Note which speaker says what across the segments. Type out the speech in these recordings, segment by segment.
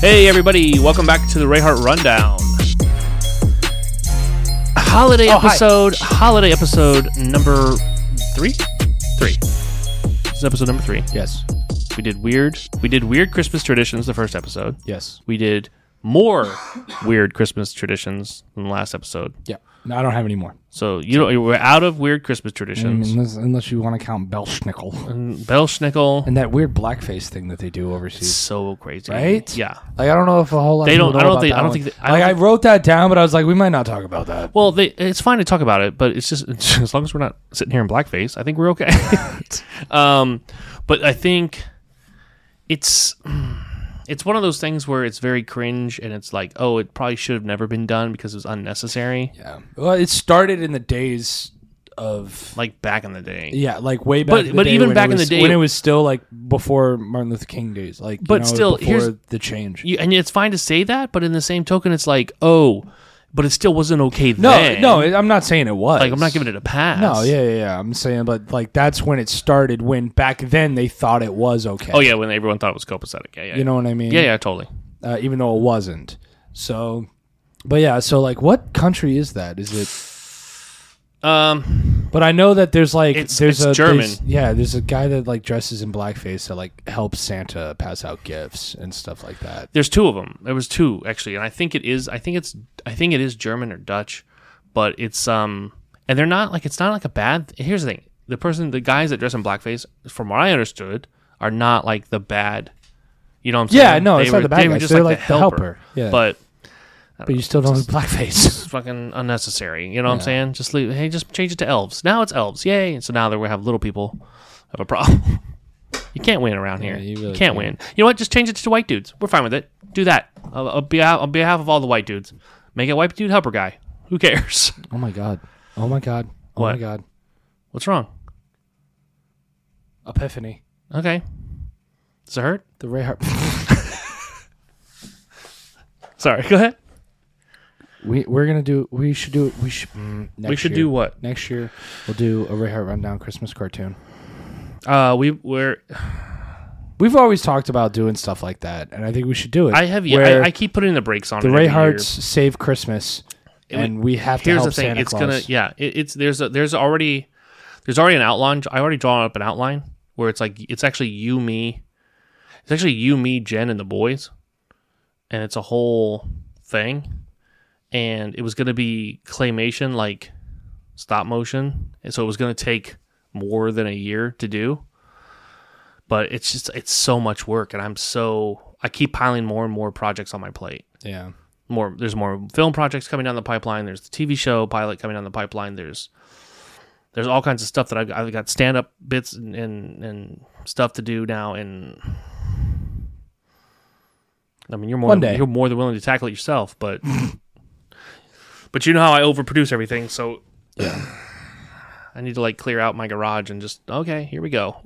Speaker 1: Hey, everybody, welcome back to the Rayhart Rundown. Holiday
Speaker 2: Oh, hi.
Speaker 1: episode, holiday episode number three? Three. This is episode number three.
Speaker 2: Yes.
Speaker 1: We did weird, we did weird Christmas traditions the first episode.
Speaker 2: Yes.
Speaker 1: We did more weird Christmas traditions than the last episode.
Speaker 2: Yeah. No, I don't have any more.
Speaker 1: So, you know, we're out of weird Christmas traditions.
Speaker 2: Unless, unless you want to count Belschnickel
Speaker 1: Mm. Belschnickel,
Speaker 2: and that weird blackface thing that they do overseas.
Speaker 1: so crazy.
Speaker 2: Right?
Speaker 1: Yeah.
Speaker 2: Like I don't know if a whole lot.
Speaker 1: They
Speaker 2: of people
Speaker 1: don't- I
Speaker 2: know
Speaker 1: don't
Speaker 2: about
Speaker 1: think-
Speaker 2: that
Speaker 1: I don't
Speaker 2: one.
Speaker 1: think they- I
Speaker 2: like
Speaker 1: don't
Speaker 2: I wrote that down, but I was like, we might not talk about that.
Speaker 1: Well, they, it's fine to talk about it, but it's just it's- as long as we're not sitting here in blackface, I think we're okay. um, but I think it's it's one of those things where it's very cringe, and it's like, oh, it probably should have never been done because it was unnecessary,
Speaker 2: Yeah. Well, it started in the days of
Speaker 1: like back in the day.
Speaker 2: yeah, like way back.
Speaker 1: But-
Speaker 2: in the
Speaker 1: but
Speaker 2: day
Speaker 1: even
Speaker 2: when it
Speaker 1: back in the
Speaker 2: was-
Speaker 1: day-
Speaker 2: when it was still like before Martin Luther King days, like you
Speaker 1: But
Speaker 2: know,
Speaker 1: still,
Speaker 2: before
Speaker 1: here's-
Speaker 2: the change.
Speaker 1: You, and it's fine to say that, but in the same token, it's like, oh, but it still wasn't okay
Speaker 2: No,
Speaker 1: then.
Speaker 2: no, I'm not saying it was.
Speaker 1: like I'm not giving it a pass.
Speaker 2: No, yeah, yeah, yeah. I'm saying, but like that's when it started. When back then they thought it was okay.
Speaker 1: Oh yeah, when everyone thought it was copacetic. Yeah, yeah,
Speaker 2: you know what I mean?
Speaker 1: yeah, yeah, totally.
Speaker 2: Uh, even though it wasn't. So, but yeah. So like, what country is that? Is it?
Speaker 1: Um,
Speaker 2: But I know that there's like
Speaker 1: It's-
Speaker 2: there's
Speaker 1: it's
Speaker 2: a
Speaker 1: German.
Speaker 2: there's- yeah, there's a guy that like dresses in blackface that like helps Santa pass out gifts and stuff like that.
Speaker 1: There's two of them. There was two actually, and I think it is. I think it's. I think it is German or Dutch, but it's um. And they're not like it's not like a bad. Here's the thing: the person, the guys that dress in blackface, from what I understood, are not like the bad. You know what I'm saying?
Speaker 2: Yeah, no, it's not the bad
Speaker 1: They were
Speaker 2: guys.
Speaker 1: just
Speaker 2: They're
Speaker 1: like, the helper.
Speaker 2: Yeah,
Speaker 1: But
Speaker 2: but you still don't have blackface.
Speaker 1: it's fucking unnecessary. You know what I'm saying? Just leave. Hey, just change it to elves. Now it's elves. Yay! And so now that we have little people, have a problem. you can't win around here.
Speaker 2: you
Speaker 1: you,
Speaker 2: really
Speaker 1: can't, win. You know what? Just change it to white dudes. We're fine with it. Do that. I'll, I'll be out on behalf of all the white dudes. Make it white dude helper guy. Who cares?
Speaker 2: oh my god. Oh my god. Oh
Speaker 1: What?
Speaker 2: my god.
Speaker 1: What's wrong?
Speaker 2: Epiphany.
Speaker 1: Okay. Does it hurt?
Speaker 2: The Ray Har-
Speaker 1: Sorry. Go ahead.
Speaker 2: We we're gonna do. We should do. We should. mm, next
Speaker 1: we should
Speaker 2: year.
Speaker 1: do what?
Speaker 2: next year. We'll do a Ray Hart rundown Christmas cartoon.
Speaker 1: Uh, we we're.
Speaker 2: We've always talked about doing stuff like that, and I think we should do it.
Speaker 1: I have.
Speaker 2: Where
Speaker 1: Yeah, I, I keep putting the brakes on
Speaker 2: the
Speaker 1: it
Speaker 2: Ray
Speaker 1: every year.
Speaker 2: Harts save Christmas,
Speaker 1: would-
Speaker 2: and we have to
Speaker 1: here's
Speaker 2: help
Speaker 1: the thing
Speaker 2: Santa
Speaker 1: it's
Speaker 2: Claus.
Speaker 1: gonna yeah it, it's there's a there's already there's already an outline i already drawn up an outline where it's like it's actually you me it's actually you me jen and the boys and it's a whole thing and it was gonna be claymation like stop motion and so it was gonna take more than a year to do but it's just it's so much work and i'm so i keep piling more and more projects on my plate
Speaker 2: yeah,
Speaker 1: more there's more film projects coming down the pipeline there's the tv show pilot coming down the pipeline there's there's all kinds of stuff that i've, got- I've got stand-up bits and, and and stuff to do now and i mean you're more
Speaker 2: One
Speaker 1: than,
Speaker 2: day.
Speaker 1: you're more than willing to tackle it yourself but but you know how i overproduce everything so
Speaker 2: yeah.
Speaker 1: i need to like clear out my garage and just okay here we go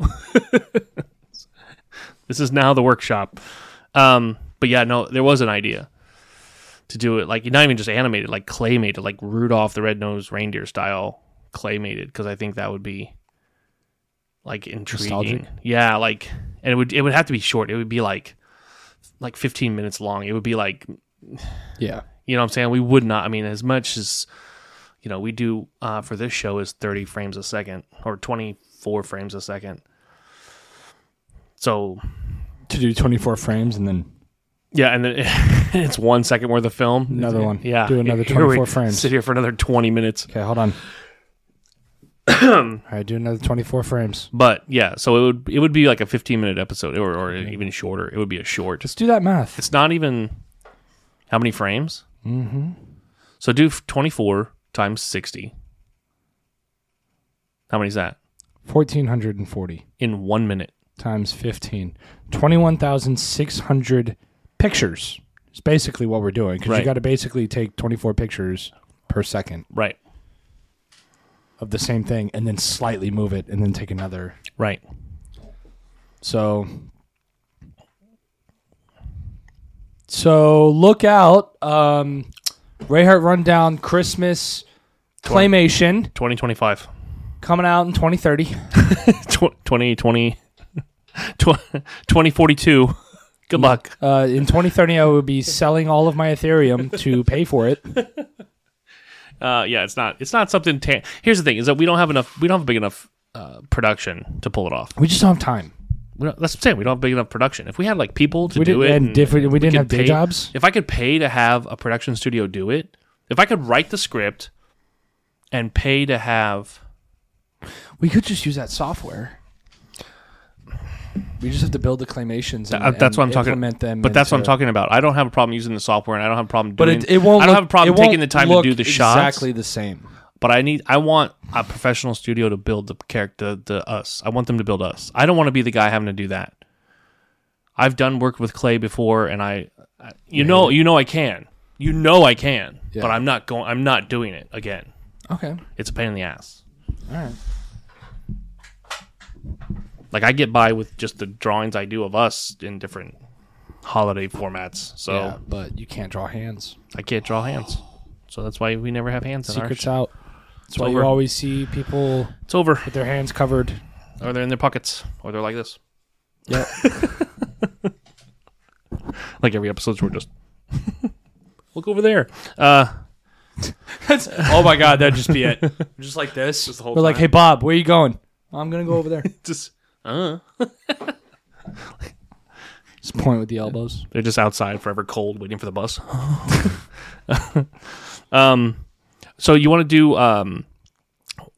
Speaker 1: this is now the workshop um but yeah no there was an idea to do it like not even just animated like claymated like rudolph the red-nosed reindeer style claymated because i think that would be like intriguing
Speaker 2: Nostalgic?
Speaker 1: yeah like and it would it would have to be short it would be like like 15 minutes long it would be like
Speaker 2: yeah,
Speaker 1: you know what I'm saying? We would not. I mean, as much as you know, we do uh, for this show is 30 frames a second or 24 frames a second. So
Speaker 2: To do twenty four frames and then
Speaker 1: yeah, and then it's one second worth of film.
Speaker 2: Another one.
Speaker 1: Yeah,
Speaker 2: Do another
Speaker 1: Here we
Speaker 2: 24 frames.
Speaker 1: Sit here for another 20 minutes.
Speaker 2: okay, hold on. All right, do another twenty four frames.
Speaker 1: But yeah, so it would it would be like a 15 minute episode or, or even shorter. It would be a short.
Speaker 2: Let's do that math.
Speaker 1: It's not even how many frames. Mm-hmm. So do 24 times 60. How many is that
Speaker 2: Fourteen hundred and forty
Speaker 1: in one minute?
Speaker 2: times 15 21,600 pictures. It's basically what we're doing because
Speaker 1: Right.
Speaker 2: you got to basically take 24 pictures per second
Speaker 1: Right.
Speaker 2: of the same thing and then slightly move it and then take another.
Speaker 1: Right.
Speaker 2: So So look out um Rayhart Rundown Christmas Claymation
Speaker 1: 2025.
Speaker 2: coming out in 2030.
Speaker 1: Tw- 2020. tw- 2042. Good luck.
Speaker 2: Uh, in 2030, I would be selling all of my Ethereum to pay for it.
Speaker 1: Uh, yeah, it's not. It's not something. Tan- Here's the thing: is that we don't have enough. We don't have big enough uh, production to pull it off.
Speaker 2: We just don't have time.
Speaker 1: We don't, that's what I'm saying. We don't have big enough production. If we had like people to
Speaker 2: We
Speaker 1: do
Speaker 2: didn't,
Speaker 1: it,
Speaker 2: and different. We didn't
Speaker 1: could
Speaker 2: have day
Speaker 1: pay-
Speaker 2: jobs.
Speaker 1: If I could pay to have a production studio do it, if I could write the script and pay to have,
Speaker 2: We could just use that software. We just have to build the claimations. And,
Speaker 1: Uh, that's
Speaker 2: and
Speaker 1: what I'm talking-
Speaker 2: implement them.
Speaker 1: but that's what I'm
Speaker 2: into-
Speaker 1: talking about. I don't have a problem using the software, and I don't have a problem
Speaker 2: But
Speaker 1: doing.
Speaker 2: it, it won't.
Speaker 1: I don't
Speaker 2: look-
Speaker 1: have a problem
Speaker 2: it won't
Speaker 1: taking the time to
Speaker 2: look
Speaker 1: do the shots.
Speaker 2: Exactly the same.
Speaker 1: but I need I want a professional studio to build the character the us. I want them to build us. I don't want to be the guy having to do that. I've done work with clay before and I I- you know you know I can. You know I can,
Speaker 2: Yeah.
Speaker 1: but I'm not going I'm not doing it again.
Speaker 2: Okay.
Speaker 1: It's a pain in the ass.
Speaker 2: All right.
Speaker 1: Like I get by with just the drawings I do of us in different holiday formats. So
Speaker 2: Yeah, but you can't draw hands.
Speaker 1: I can't draw hands. So that's why we never have hands in
Speaker 2: Secrets
Speaker 1: our
Speaker 2: out. That's why you
Speaker 1: over.
Speaker 2: always see people
Speaker 1: sh- It's over.
Speaker 2: with their hands covered.
Speaker 1: Or they're in their pockets or they're like this.
Speaker 2: Yep.
Speaker 1: Like every episode's we're just look over there. Uh
Speaker 2: oh my god, that'd just be it.
Speaker 1: just like this. Just the whole
Speaker 2: We're like, hey Bob, where you going? I'm gonna go over there.
Speaker 1: just uh,
Speaker 2: Just point with the elbows.
Speaker 1: they're just outside forever cold, waiting for the bus. um, so you want to do um,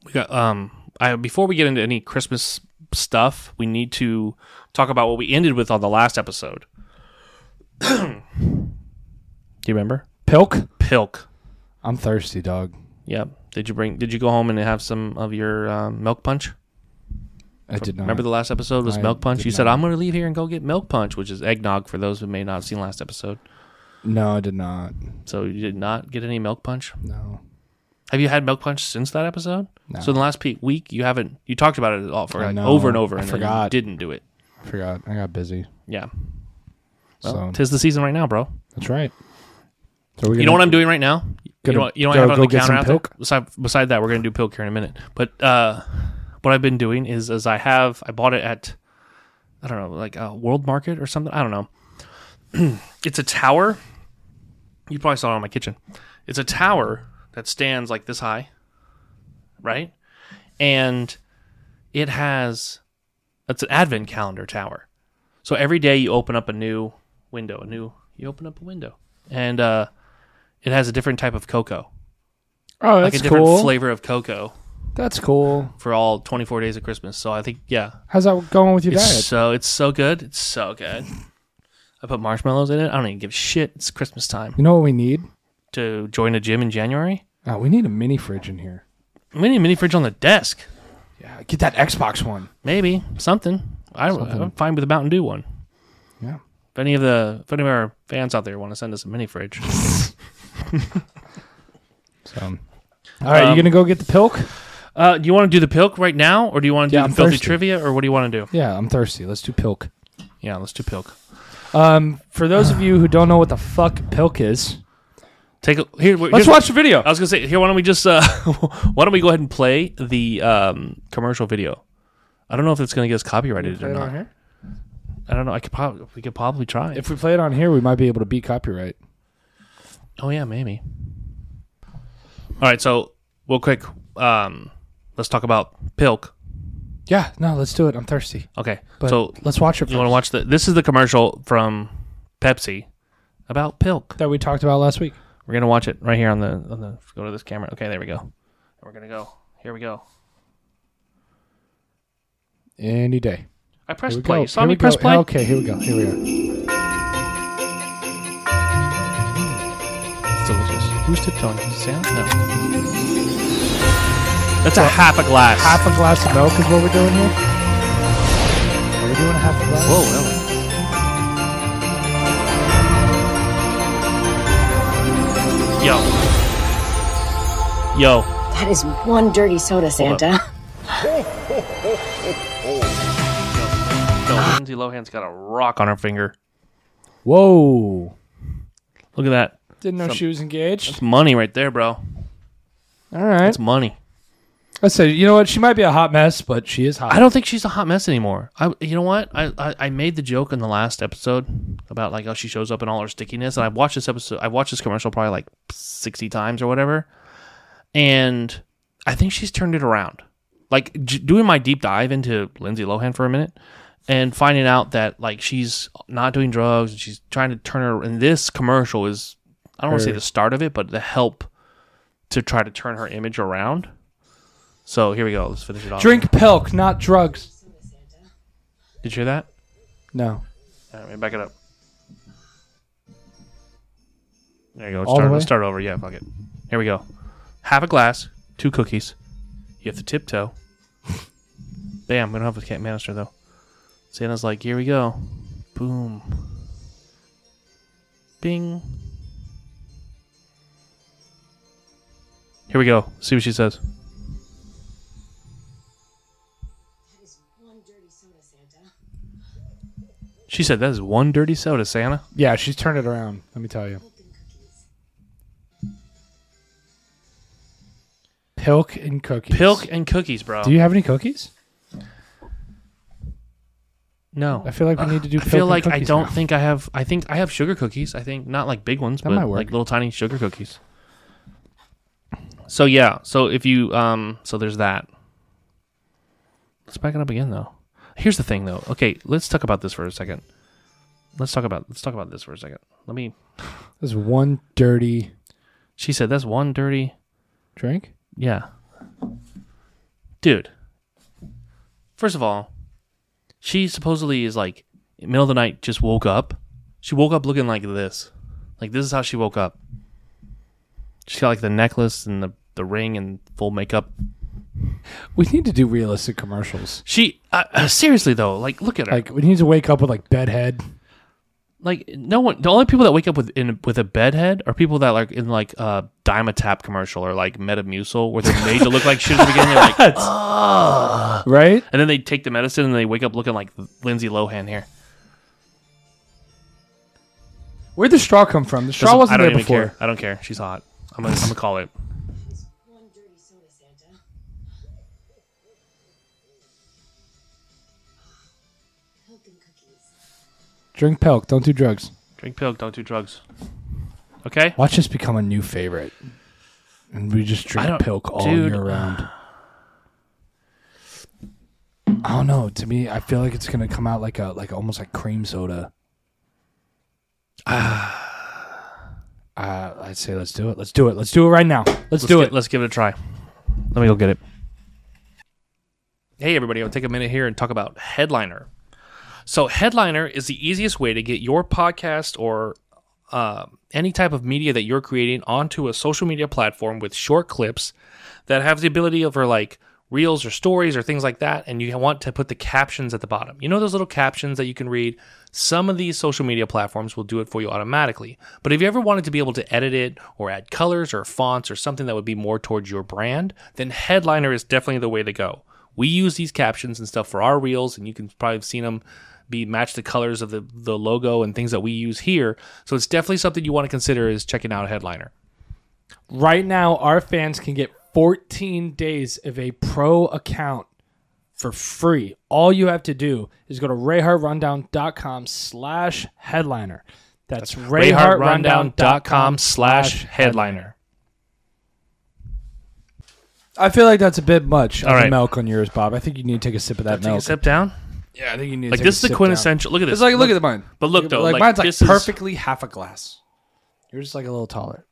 Speaker 1: we got um, I before we get into any Christmas stuff, we need to talk about what we ended with on the last episode. do you remember
Speaker 2: Pilk.
Speaker 1: pilk?
Speaker 2: I'm thirsty, dog.
Speaker 1: Yep. Did you bring? Did you go home and have some of your um, milk punch?
Speaker 2: I did not
Speaker 1: Remember the last episode was
Speaker 2: I
Speaker 1: milk punch.
Speaker 2: did
Speaker 1: You said
Speaker 2: not.
Speaker 1: I'm going to leave here and go get milk punch, which is eggnog for those who may not have seen last episode.
Speaker 2: No, I did not.
Speaker 1: So you did not get any milk punch.
Speaker 2: No.
Speaker 1: Have you had milk punch since that episode?
Speaker 2: No.
Speaker 1: So in the last pe- week, you haven't. You talked about it all for
Speaker 2: I
Speaker 1: like
Speaker 2: know.
Speaker 1: over and over.
Speaker 2: I
Speaker 1: And then you
Speaker 2: forgot.
Speaker 1: didn't do it.
Speaker 2: I forgot. I got busy.
Speaker 1: Yeah. Well,
Speaker 2: so
Speaker 1: tis the season right now, bro.
Speaker 2: that's right. So we
Speaker 1: You know what I'm doing right now? You
Speaker 2: Gonna
Speaker 1: know, what- you know what
Speaker 2: go-
Speaker 1: I have on
Speaker 2: go
Speaker 1: the
Speaker 2: get
Speaker 1: counter
Speaker 2: some
Speaker 1: out there?
Speaker 2: Pilk?
Speaker 1: Beside, beside that, we're going to do pilk here in a minute. But uh, what I've been doing is, is I have, I bought it at, I don't know, like a world market or something. I don't know. it's a tower. You probably saw it on my kitchen. It's a tower that stands like this high, right? And it has, it's an advent calendar tower. So every day you open up a new window, a new, you open up a window. And, uh, it has a different type of cocoa,
Speaker 2: Oh,
Speaker 1: like
Speaker 2: that's
Speaker 1: a different
Speaker 2: cool.
Speaker 1: flavor of cocoa
Speaker 2: That's cool.
Speaker 1: for all 24 days of Christmas. So I think, yeah,
Speaker 2: How's that going with your
Speaker 1: it's
Speaker 2: diet?
Speaker 1: so it's so good, it's so good. I put marshmallows in it. I don't even give a shit. It's Christmas time
Speaker 2: You know what we need?
Speaker 1: to join a gym in January.
Speaker 2: Oh, we need a mini fridge in here.
Speaker 1: We need a mini fridge on the desk,
Speaker 2: Yeah, get that Xbox one.
Speaker 1: maybe something. I don't,
Speaker 2: Something.
Speaker 1: I'm fine with a Mountain Dew one.
Speaker 2: Yeah.
Speaker 1: If any of the if any of our fans out there want to send us a mini fridge,
Speaker 2: So, all right, you
Speaker 1: Um,
Speaker 2: gonna go get the pilk?
Speaker 1: uh, do you want to do the pilk right now, or do you want to do
Speaker 2: Yeah,
Speaker 1: the
Speaker 2: I'm
Speaker 1: filthy
Speaker 2: thirsty.
Speaker 1: trivia, or what do you want to do?
Speaker 2: Yeah, I'm thirsty. Let's do pilk.
Speaker 1: Yeah, let's do pilk.
Speaker 2: Um, for those of you who don't know what the fuck pilk is,
Speaker 1: Take a, here.
Speaker 2: let's
Speaker 1: here's-
Speaker 2: watch the video.
Speaker 1: I was gonna say here. Why don't we just uh, why don't we go ahead and play the um, commercial video? I don't know if it's gonna get us copyrighted or not.
Speaker 2: here?
Speaker 1: I don't know. I could probably we could probably try.
Speaker 2: If we play it on here, we might be able to beat copyright.
Speaker 1: oh yeah, maybe. All right. So real quick, um, let's talk about Pilk.
Speaker 2: Yeah, no, let's do it. I'm thirsty.
Speaker 1: Okay.
Speaker 2: But
Speaker 1: so
Speaker 2: let's watch it
Speaker 1: you want to watch the? This is the commercial from Pepsi about Pilk.
Speaker 2: that we talked about last week.
Speaker 1: We're gonna watch it right here on the on the. Go to this camera. Okay, there we go. We're gonna go. Here we go.
Speaker 2: Any day.
Speaker 1: I
Speaker 2: Here
Speaker 1: pressed
Speaker 2: we
Speaker 1: play.
Speaker 2: go.
Speaker 1: You saw
Speaker 2: Here
Speaker 1: me
Speaker 2: we
Speaker 1: press
Speaker 2: go.
Speaker 1: play.
Speaker 2: Okay, here we go. Here we are.
Speaker 1: It's delicious. Who's tiptoeing? Sam? No. That's a half a glass.
Speaker 2: Half a glass of milk is what we're doing here. We're doing a half a glass.
Speaker 1: Whoa, Ellen. Yo. Yo.
Speaker 3: That is one dirty soda,
Speaker 1: Hold
Speaker 3: Santa.
Speaker 1: No, Lindsay Lohan's got a rock on her finger.
Speaker 2: Whoa.
Speaker 1: Look at that.
Speaker 2: Didn't know
Speaker 1: Some-
Speaker 2: she was engaged.
Speaker 1: It's money right there, bro.
Speaker 2: All right.
Speaker 1: It's money.
Speaker 2: I said, you know what? She might be a hot mess, but she is hot.
Speaker 1: I don't think she's a hot mess anymore. I, you know what? I, I, I made the joke in the last episode about like how she shows up in all her stickiness, and I've watched this episode. I've watched this commercial probably like sixty times or whatever, and I think she's turned it around. Like j- doing my deep dive into Lindsay Lohan for a minute, and finding out that like she's not doing drugs and she's trying to turn her. And this commercial is, I don't want to say
Speaker 2: Her-
Speaker 1: the start of it, but the help to try to turn her image around. So here we go. Let's finish it off.
Speaker 2: Drink pilk, not drugs.
Speaker 1: Did you hear that?
Speaker 2: No.
Speaker 1: All right, let me back it up. There you go. Let's
Speaker 2: All the
Speaker 1: start,
Speaker 2: way?
Speaker 1: let's start over. Yeah, fuck it. Here we go. Half a glass, two cookies. You have to tiptoe. Bam, we don't have a cat manister, though. Santa's like, here we go. Boom. Bing. Here we go. See what she says.
Speaker 3: That is one dirty soda, Santa.
Speaker 1: She said, that is one dirty soda, Santa.
Speaker 2: Yeah, she's turned it around. Let me tell you.
Speaker 3: Open cookies.
Speaker 2: Pilk and cookies.
Speaker 1: Pilk and cookies, bro.
Speaker 2: Do you have any cookies?
Speaker 1: no.
Speaker 2: I feel like we need to do.
Speaker 1: I
Speaker 2: pilk
Speaker 1: feel
Speaker 2: and
Speaker 1: like I
Speaker 2: cookies
Speaker 1: don't
Speaker 2: now.
Speaker 1: think I have. I think I have sugar cookies. I think not like big ones,
Speaker 2: That might
Speaker 1: but
Speaker 2: work.
Speaker 1: like little tiny sugar cookies. So yeah. So if you um, so there's that. Let's back it up again though. Here's the thing though. Okay, let's talk about this for a second. Let's talk about let's talk about this for a second. Let me.
Speaker 2: There's one dirty
Speaker 1: She said that's one dirty.
Speaker 2: drink.
Speaker 1: Yeah. Dude. First of all, she supposedly is like in the middle of the night just woke up. She woke up looking like this. Like this is how she woke up. She's got like the necklace and the, the ring and full makeup.
Speaker 2: We need to do realistic commercials.
Speaker 1: She uh, uh, seriously though, like look at her. Like,
Speaker 2: Like we need to wake up with like bedhead.
Speaker 1: no one the only people that wake up with in with a bedhead are people that like in like uh Dimetap commercial or like Metamucil where they're made to look like shit at the beginning. They're like
Speaker 2: Right?
Speaker 1: And then they take the medicine and they wake up looking like Lindsay Lohan here.
Speaker 2: Where'd the straw come from? The straw
Speaker 1: Doesn't- I
Speaker 2: wasn't
Speaker 1: don't
Speaker 2: there
Speaker 1: even
Speaker 2: before.
Speaker 1: care. I don't care. She's hot. I'm gonna, I'm gonna call it.
Speaker 3: That is one dirty soda, Santa. Open cookies.
Speaker 2: Drink pilk. Don't do drugs.
Speaker 1: Drink pilk. Don't do drugs. Okay.
Speaker 2: Watch this become a new favorite. And we just
Speaker 1: I
Speaker 2: drink
Speaker 1: don't-
Speaker 2: pilk all
Speaker 1: dude.
Speaker 2: year round. I don't know. To me, I feel like it's gonna come out like a like almost like cream soda. Ah, uh, I'd say let's do it. Let's do it. Let's do it right now. Let's,
Speaker 1: Let's
Speaker 2: do
Speaker 1: gi-
Speaker 2: it.
Speaker 1: Let's give it a try. Let me go get it. Hey everybody, I'll take a minute here and talk about Headliner. So Headliner is the easiest way to get your podcast or uh, any type of media that you're creating onto a social media platform with short clips that have the ability over like reels or stories or things like that. And you want to put the captions at the bottom. You know, those little captions that you can read? Some of these social media platforms will do it for you automatically. But if you ever wanted to be able to edit it or add colors or fonts or something that would be more towards your brand, then Headliner is definitely the way to go. We use these captions and stuff for our reels, and you can probably have seen them be match the colors of the, the logo and things that we use here. So it's definitely something you want to consider is checking out Headliner.
Speaker 2: Right now, our fans can get 14 days of a pro account for free. All you have to do is go to rayhartrundown.com slash headliner. That's
Speaker 1: RayhartRundown.com slash headliner.
Speaker 2: I feel like that's a bit much of
Speaker 1: All
Speaker 2: the
Speaker 1: right.
Speaker 2: milk on yours, Bob. I think you need to take a sip of that
Speaker 1: Take a
Speaker 2: milk.
Speaker 1: step down.
Speaker 2: Yeah, I think you need to
Speaker 1: Like
Speaker 2: take
Speaker 1: this
Speaker 2: a
Speaker 1: is the
Speaker 2: sip
Speaker 1: quintessential. Look at
Speaker 2: down.
Speaker 1: this.
Speaker 2: It's like, look, at mine.
Speaker 1: But look, though, like,
Speaker 2: mine's like
Speaker 1: this is-
Speaker 2: perfectly half a glass. You're just like a little taller.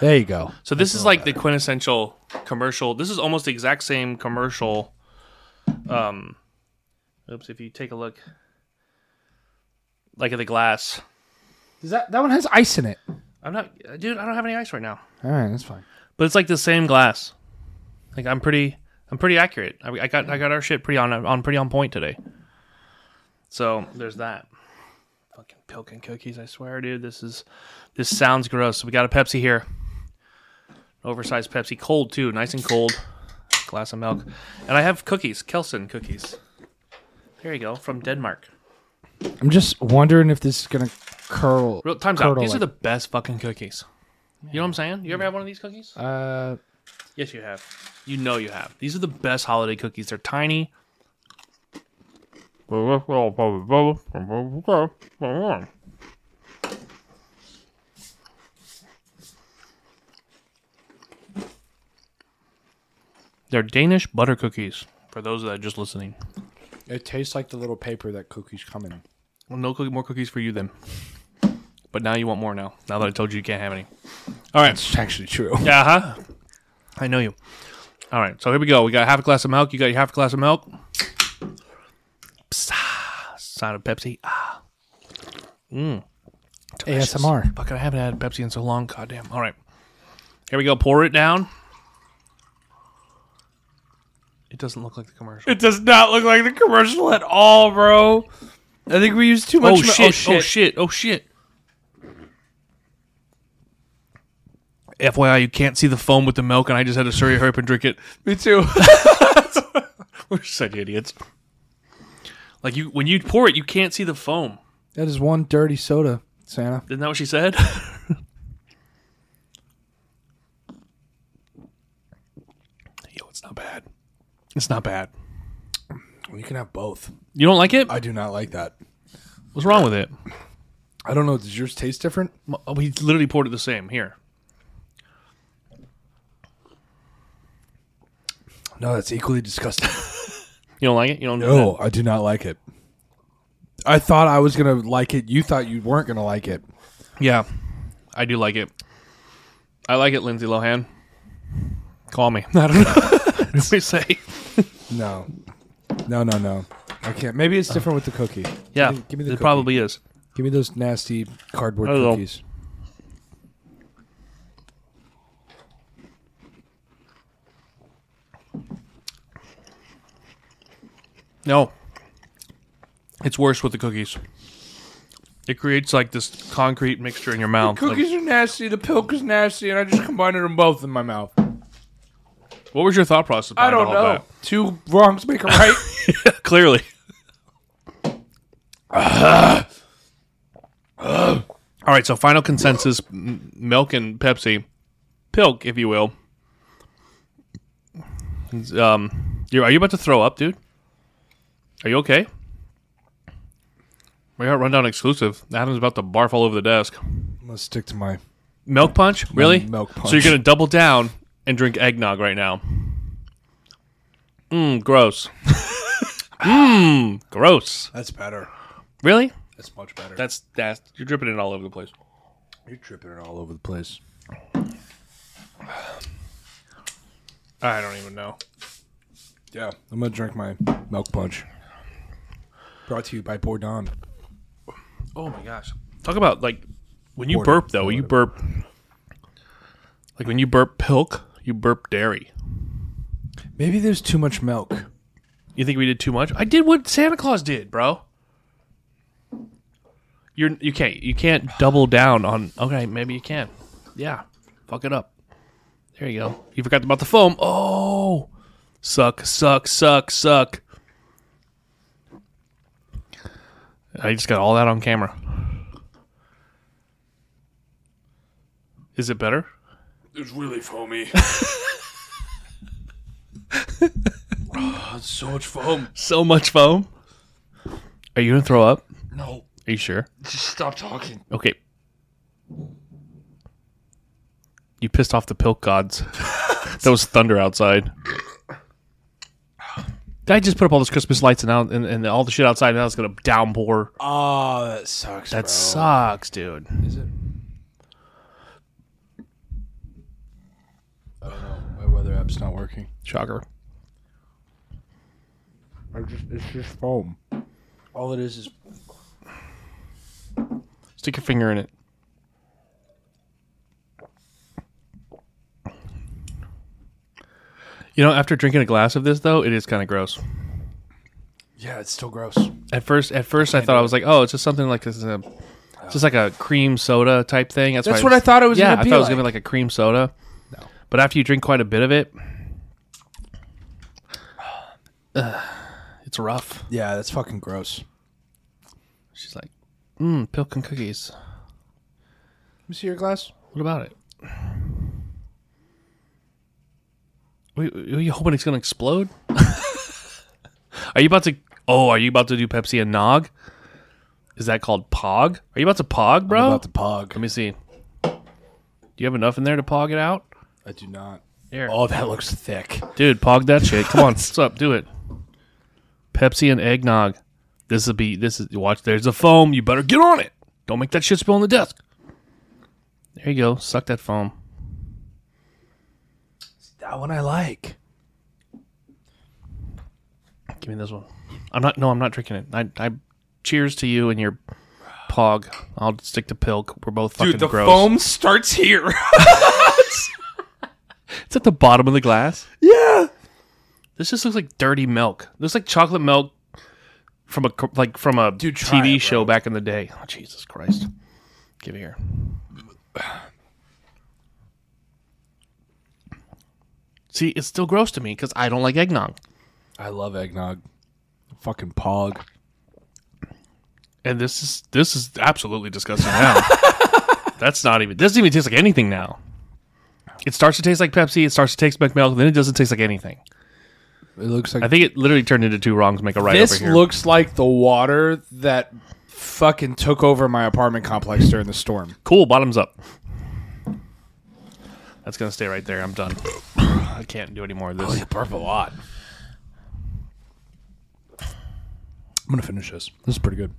Speaker 2: There you go.
Speaker 1: So this is like the quintessential commercial. This is almost the exact same commercial. Um, oops. If you take a look, like at the glass.
Speaker 2: Does that that one has ice in it?
Speaker 1: I'm not, dude. I don't have any ice right now.
Speaker 2: All right, that's fine.
Speaker 1: But it's like the same glass. Like I'm pretty, I'm pretty accurate. I, I got, I got our shit pretty on, on pretty on point today. So there's that. Fucking pilk and cookies. I swear, dude. This is, this sounds gross. We got a Pepsi here. Oversized Pepsi, cold too, nice and cold. Glass of milk, and I have cookies, Kelsen cookies. There you go, from Denmark.
Speaker 2: I'm just wondering if this is gonna curl.
Speaker 1: Real times out.
Speaker 2: curdle
Speaker 1: These are
Speaker 2: like-
Speaker 1: the best fucking cookies. You know what I'm saying? You ever have one of these cookies?
Speaker 2: Uh,
Speaker 1: Yes, you have. You know you have. These are the best holiday cookies. They're tiny. They're Danish butter cookies. For those that are just listening,
Speaker 2: It tastes like the little paper that cookies come in.
Speaker 1: well, no cookie, more cookies for you then. But now you want more now. Now that I told you you can't have any. All right.
Speaker 2: It's actually true.
Speaker 1: Yeah, huh? I know you. Uh-huh. All right, so here we go. We got half a glass of milk. You got your half a glass of milk. Psst, ah, Sound of Pepsi. Ah. Mmm. Delicious.
Speaker 4: ASMR.
Speaker 1: Fuck, I haven't had Pepsi in so long. Goddamn. All right. Here we go. Pour it down. It doesn't look like the commercial.
Speaker 4: It does not look like the commercial at all, bro. I think we used too much.
Speaker 1: oh,
Speaker 4: mi-
Speaker 1: shit. oh shit. Oh shit. Oh shit. FYI, you can't see the foam with the milk, and I just had to hurry up and drink it.
Speaker 4: Me too.
Speaker 1: We're such idiots. Like you, when you pour it, you can't see the foam.
Speaker 2: That is one dirty soda, Santa.
Speaker 1: Isn't that what she said? Yo, it's not bad. It's not bad.
Speaker 2: You can have both.
Speaker 1: You don't like it?
Speaker 2: I do not like that.
Speaker 1: What's wrong with it?
Speaker 2: I don't know. Does yours taste different?
Speaker 1: M- oh, He literally poured it the same. Here,
Speaker 2: No, that's equally disgusting.
Speaker 1: you don't like it? You don't? do
Speaker 2: no, I do not like it. I thought I was gonna like it. You thought you weren't gonna like it.
Speaker 1: that? Yeah, I do like it. I like it, Lindsay Lohan. Call me. I don't know. what do we say?
Speaker 2: No, no, no, no. I can't. Maybe it's different with the cookie.
Speaker 1: Oh. Yeah,
Speaker 2: Give me- give me the
Speaker 1: it
Speaker 2: cookie.
Speaker 1: probably is.
Speaker 2: Give me those nasty cardboard
Speaker 1: I don't know.
Speaker 2: cookies.
Speaker 1: No. It's worse with the cookies. It creates like this concrete mixture in your mouth. Like-
Speaker 2: are nasty. The pilk is nasty, and I just combined them both in my mouth.
Speaker 1: what was your thought process?
Speaker 2: I
Speaker 1: behind
Speaker 2: don't
Speaker 1: all
Speaker 2: know. Two wrongs make a right.
Speaker 1: that? Clearly. All right, so final consensus m- milk and Pepsi. Pilk, if you will. It's, Um, you are you about to throw up, dude? Are you okay? We got rundown exclusive. Adam's about to barf all over the desk.
Speaker 2: I'm gonna stick to my
Speaker 1: Milk punch? Really?
Speaker 2: milk punch.
Speaker 1: So you're gonna double down and drink eggnog right now. Mmm, gross. Mmm, gross.
Speaker 2: That's better.
Speaker 1: Really?
Speaker 2: That's much better.
Speaker 1: That's that's you're dripping it all over the place.
Speaker 2: You're tripping it all over the place.
Speaker 1: I don't even know.
Speaker 2: Yeah, I'm gonna drink my milk punch. Brought to you by Bourdon.
Speaker 1: Oh my gosh. Talk about like when you
Speaker 2: Order.
Speaker 1: burp though, you burp like when you burp pilk, you burp dairy.
Speaker 2: Maybe there's too much milk.
Speaker 1: You think we did too much? I did what Santa Claus did, bro. You're you can't you can't double down on okay, maybe you can. Yeah. Fuck it up. There you go. You forgot about the foam. Oh suck, suck, suck, suck. I just got all that on camera. Is it better?
Speaker 2: It's really foamy. Ah, so much foam.
Speaker 1: So much foam. Are you gonna throw up?
Speaker 2: No,
Speaker 1: Are you sure?
Speaker 2: just stop talking.
Speaker 1: Okay. You pissed off the pilk gods. that was thunder outside. I just put up all those Christmas lights and out and, and all the shit outside, and now it's gonna downpour.
Speaker 2: Oh, that sucks.
Speaker 1: That sucks, dude.
Speaker 2: Is it? I don't know. My weather app's not working.
Speaker 1: Shocker.
Speaker 2: I just, it's just foam. All it is is
Speaker 1: Stick your finger in it. You know, after drinking a glass of this, though, it is kind of gross.
Speaker 2: yeah, it's still gross.
Speaker 1: At first, at first, I thought I was like, "Oh, it's just something like this is a, it's just like a cream soda type thing." That's,
Speaker 2: That's what I thought it was
Speaker 1: Yeah,
Speaker 2: gonna
Speaker 1: I
Speaker 2: be
Speaker 1: thought it was
Speaker 2: like.
Speaker 1: gonna be like a cream soda. No, but after you drink quite a bit of it, ugh, it's rough.
Speaker 2: Yeah, that's fucking gross.
Speaker 1: She's like, "Mmm, pilk and cookies.
Speaker 2: Let me see your glass.
Speaker 1: What about it?" Wait, are you hoping it's gonna explode? are you about to? Oh, are you about to do Pepsi and Nog? Is that called Pog? Are you about to Pog, bro?
Speaker 2: I'm about to pog.
Speaker 1: Let me see. Do you have enough in there to Pog it out,
Speaker 2: I do not.
Speaker 1: Here.
Speaker 2: Oh, that looks thick.
Speaker 1: dude? Pog that shit. Come on, what's up? Do it. Pepsi and eggnog. This will be. This is watch. There's a foam. You better get on it. Don't make that shit spill on the desk. There you go. Suck that foam.
Speaker 2: That one I like.
Speaker 1: Give me this one. I'm not. No, I'm not drinking it. I. I cheers to you and your pog. I'll stick to pilk. We're both fucking
Speaker 2: Dude, the
Speaker 1: gross.
Speaker 2: foam starts here.
Speaker 1: It's at the bottom of the glass.
Speaker 2: yeah.
Speaker 1: This just looks like dirty milk. Looks like chocolate milk from a co- like from a
Speaker 2: Dude, try
Speaker 1: TV
Speaker 2: it,
Speaker 1: show back in the day. Oh, Jesus Christ! Give it here. See, it's still gross to me because I don't like eggnog,
Speaker 2: I love eggnog. Fucking pog.
Speaker 1: and this is this is absolutely disgusting now. That's not even. Doesn't even taste like anything now. It starts to taste like Pepsi. It starts to taste like milk. Then it doesn't taste like anything.
Speaker 2: It looks like
Speaker 1: I think it literally turned into two wrongs make a right.
Speaker 2: this
Speaker 1: over here.
Speaker 2: looks like the water that fucking took over my apartment complex during the storm.
Speaker 1: Cool, bottoms up. That's gonna stay right there. I'm done. I can't do any more of this.
Speaker 2: burp a lot. I'm gonna finish this. This is pretty good.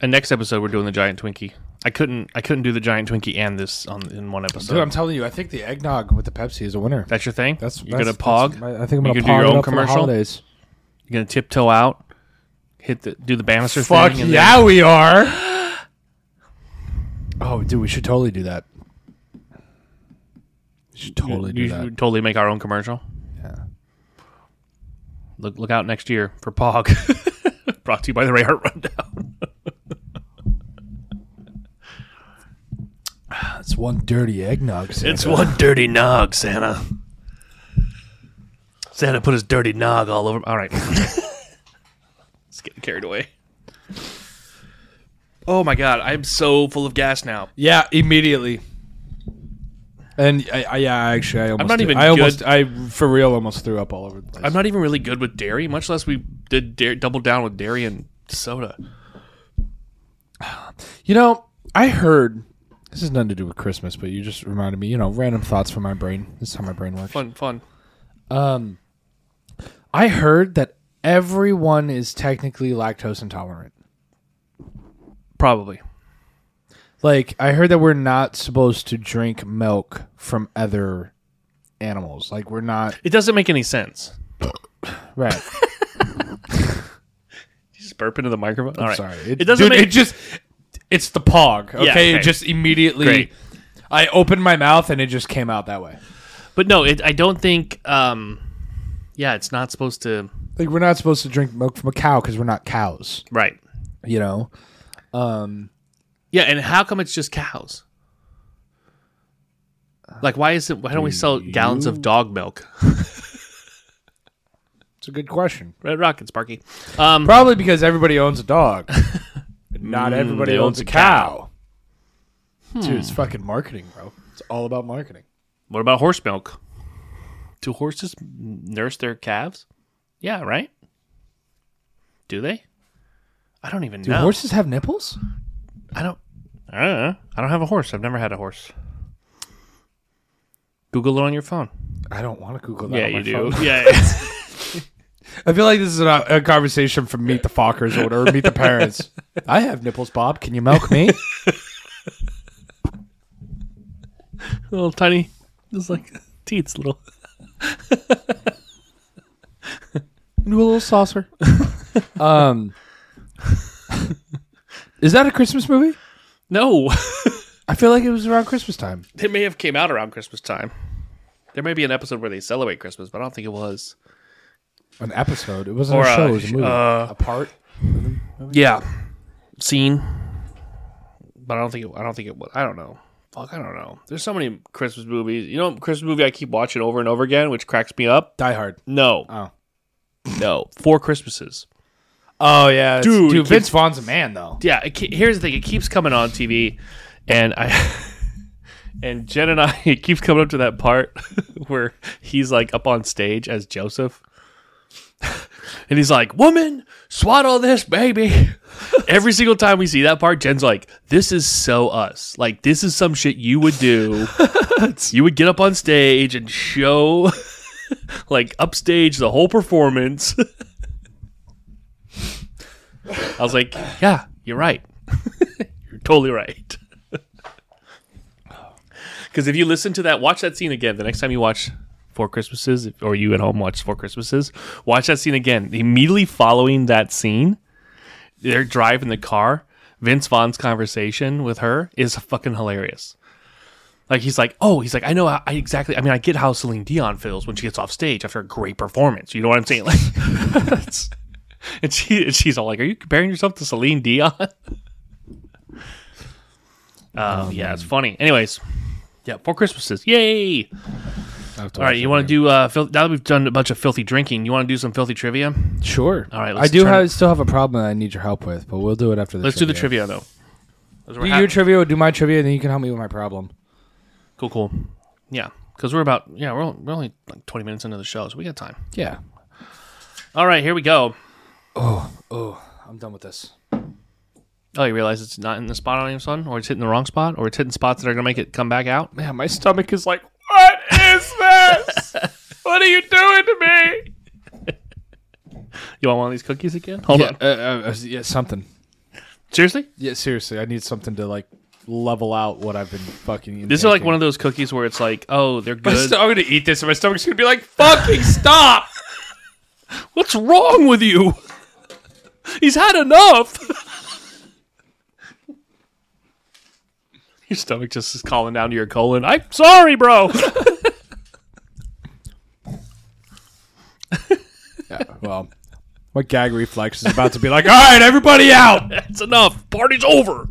Speaker 1: And next episode, we're doing the giant Twinkie. I couldn't. I couldn't do the giant Twinkie and this on in one episode.
Speaker 2: Dude, I'm telling you, I think the eggnog with the Pepsi is a winner.
Speaker 1: that's your thing.
Speaker 2: That's
Speaker 1: you're
Speaker 2: that's-
Speaker 1: gonna pog.
Speaker 2: that's my- I think I'm
Speaker 1: You could
Speaker 2: gonna
Speaker 1: do your
Speaker 2: pog it
Speaker 1: own
Speaker 2: up for the
Speaker 1: commercial?
Speaker 2: holidays.
Speaker 1: you're gonna tiptoe out, hit the do the banister
Speaker 2: Fuck
Speaker 1: thing. and
Speaker 2: yeah, we are. Oh, dude, we should totally do that. We should
Speaker 1: then
Speaker 2: totally
Speaker 1: you
Speaker 2: do that.
Speaker 1: should totally make our own commercial.
Speaker 2: Yeah.
Speaker 1: Look look out next year for pog. Brought to you by the Ray Hart Rundown.
Speaker 2: That's one dirty eggnog. Santa.
Speaker 1: It's one dirty nog, Santa. Santa put his dirty nog all over. All right. It's getting carried away. Oh my god, I'm so full of gas now.
Speaker 2: Yeah, immediately. And I, I, yeah, actually, I almost
Speaker 1: not
Speaker 2: did.
Speaker 1: even
Speaker 2: I
Speaker 1: good-
Speaker 2: almost, I for real almost threw up all over the place.
Speaker 1: I'm not even really good with dairy, much less we did dairy, double down with dairy and soda.
Speaker 2: You know, I heard this has nothing to do with Christmas, but you just reminded me. You know, random thoughts from my brain. This is how my brain works.
Speaker 1: Fun, fun.
Speaker 2: I heard that everyone is technically lactose intolerant.
Speaker 1: Probably.
Speaker 2: Like, I heard that we're not supposed to drink milk from other animals. Like, we're not
Speaker 1: It doesn't make any sense.
Speaker 2: right.
Speaker 1: You just burp into the microphone. All right.
Speaker 2: Sorry,
Speaker 1: It, doesn't
Speaker 2: dude,
Speaker 1: make
Speaker 2: It just it's the pog. Okay,
Speaker 1: okay.
Speaker 2: it just immediately.
Speaker 1: Great.
Speaker 2: I opened my mouth and it just came out that way.
Speaker 1: But no, it, I don't think um yeah, it's not supposed to
Speaker 2: Like we're not supposed to drink milk from a cow because we're not cows.
Speaker 1: Right.
Speaker 2: You know. Um,
Speaker 1: Yeah, and how come it's just cows? Like, why isn't why don't we sell gallons of dog milk?
Speaker 2: It's a good question.
Speaker 1: Red Rocket, Sparky. Um,
Speaker 2: Probably because everybody owns a dog. But not everybody
Speaker 1: Mm, they owns
Speaker 2: owns a
Speaker 1: a Hmm.
Speaker 2: cow. Dude, it's fucking marketing, bro. It's all about marketing.
Speaker 1: what about horse milk? Do horses nurse their calves? Yeah, right. Do they? I don't even
Speaker 2: Do
Speaker 1: know.
Speaker 2: horses have nipples?
Speaker 1: I don't. I don't know. I don't have a horse. I've never had a horse. Google it on your phone.
Speaker 2: I don't want to Google that.
Speaker 1: Yeah,
Speaker 2: on my
Speaker 1: you do.
Speaker 2: phone.
Speaker 1: Yeah.
Speaker 2: I feel like this is uh, a, a conversation from Meet the Fockers or whatever, Meet the Parents. I have nipples, Bob. Can you milk me?
Speaker 1: little tiny, just like teats, little.
Speaker 2: Into a little saucer. um, is that a Christmas movie?
Speaker 1: No.
Speaker 2: I feel like it was around Christmas time.
Speaker 1: They may have came out around Christmas time. There may be an episode where they celebrate Christmas, but I don't think it was.
Speaker 2: An episode. It wasn't
Speaker 1: Or
Speaker 2: a show.
Speaker 1: a-
Speaker 2: It was a movie.
Speaker 1: uh,
Speaker 2: a part.
Speaker 1: Yeah, scene. But I don't think it, I don't think it was. I don't know. Fuck, I don't know. There's so many Christmas movies. You know, what Christmas movie I keep watching over and over again, which cracks me up.
Speaker 2: Die Hard.
Speaker 1: No,
Speaker 2: Oh.
Speaker 1: no, Four Christmases.
Speaker 2: Oh yeah, it's-
Speaker 1: Dude,
Speaker 2: dude.
Speaker 1: it
Speaker 2: Vince Vaughn's a man though.
Speaker 1: Yeah, it, ke- here's the thing. It keeps coming on TV, and I And Jen and I, it keeps coming up to that part where he's like up on stage as Joseph. And he's like, Woman, swaddle this baby. Every single time we see that part, Jen's like, This is so us. Like, this is some shit you would do. you would get up on stage and show, like, upstage the whole performance. I was like, Yeah, you're right. you're totally right. Because if you listen to that, watch that scene again. The next time you watch Four Christmases, or you at home watch Four Christmases, watch that scene again. Immediately following that scene, their drive in the car, Vince Vaughn's conversation with her is fucking hilarious. Like he's like, oh, he's like, I know, I, I exactly. I mean, I get how Celine Dion feels when she gets off stage after a great performance. You know what I'm saying? Like, it's- and she, and she's all like, "Are you comparing yourself to Celine Dion?" Oh yeah, it's funny. Anyways, yeah, Four Christmases, yay! All right, you want to do uh, fil- now that we've done a bunch of filthy drinking, you want to do some filthy trivia?
Speaker 2: Sure.
Speaker 1: All right,
Speaker 2: I
Speaker 1: let's
Speaker 2: do
Speaker 1: turn
Speaker 2: have
Speaker 1: it-
Speaker 2: still have a problem that I need your help with, but we'll do it after the.
Speaker 1: Let's do the trivia though. Those were
Speaker 2: Do
Speaker 1: ha-
Speaker 2: your trivia, do my trivia, and then you can help me with my problem.
Speaker 1: cool, cool. Yeah, because we're about yeah we're only, we're only like twenty minutes into the show, so we got time.
Speaker 2: Yeah.
Speaker 1: All right, here we go.
Speaker 2: Oh, I'm done with this.
Speaker 1: Oh, you realize it's not in the spot on your son, or it's hitting the wrong spot, or it's hitting spots that are gonna make it come back out.
Speaker 2: Man, my stomach is like, what is this? what are you doing to me?
Speaker 1: You want one of these cookies again? Hold
Speaker 2: yeah,
Speaker 1: on.
Speaker 2: uh, uh, uh, yeah, something.
Speaker 1: Seriously,
Speaker 2: Yeah, seriously, I need something to like level out what I've been fucking. Eating.
Speaker 1: these are like one of those cookies where it's like, oh, they're
Speaker 2: I'm
Speaker 1: good.
Speaker 2: gonna eat this, and my stomach's gonna be like, "Fucking stop!"
Speaker 1: What's wrong with you? He's had enough. your stomach just is calling down to your colon. I'm sorry, bro.
Speaker 2: yeah, well, my gag reflex is about to be like, "All right, everybody out!"
Speaker 1: That's enough. Party's over.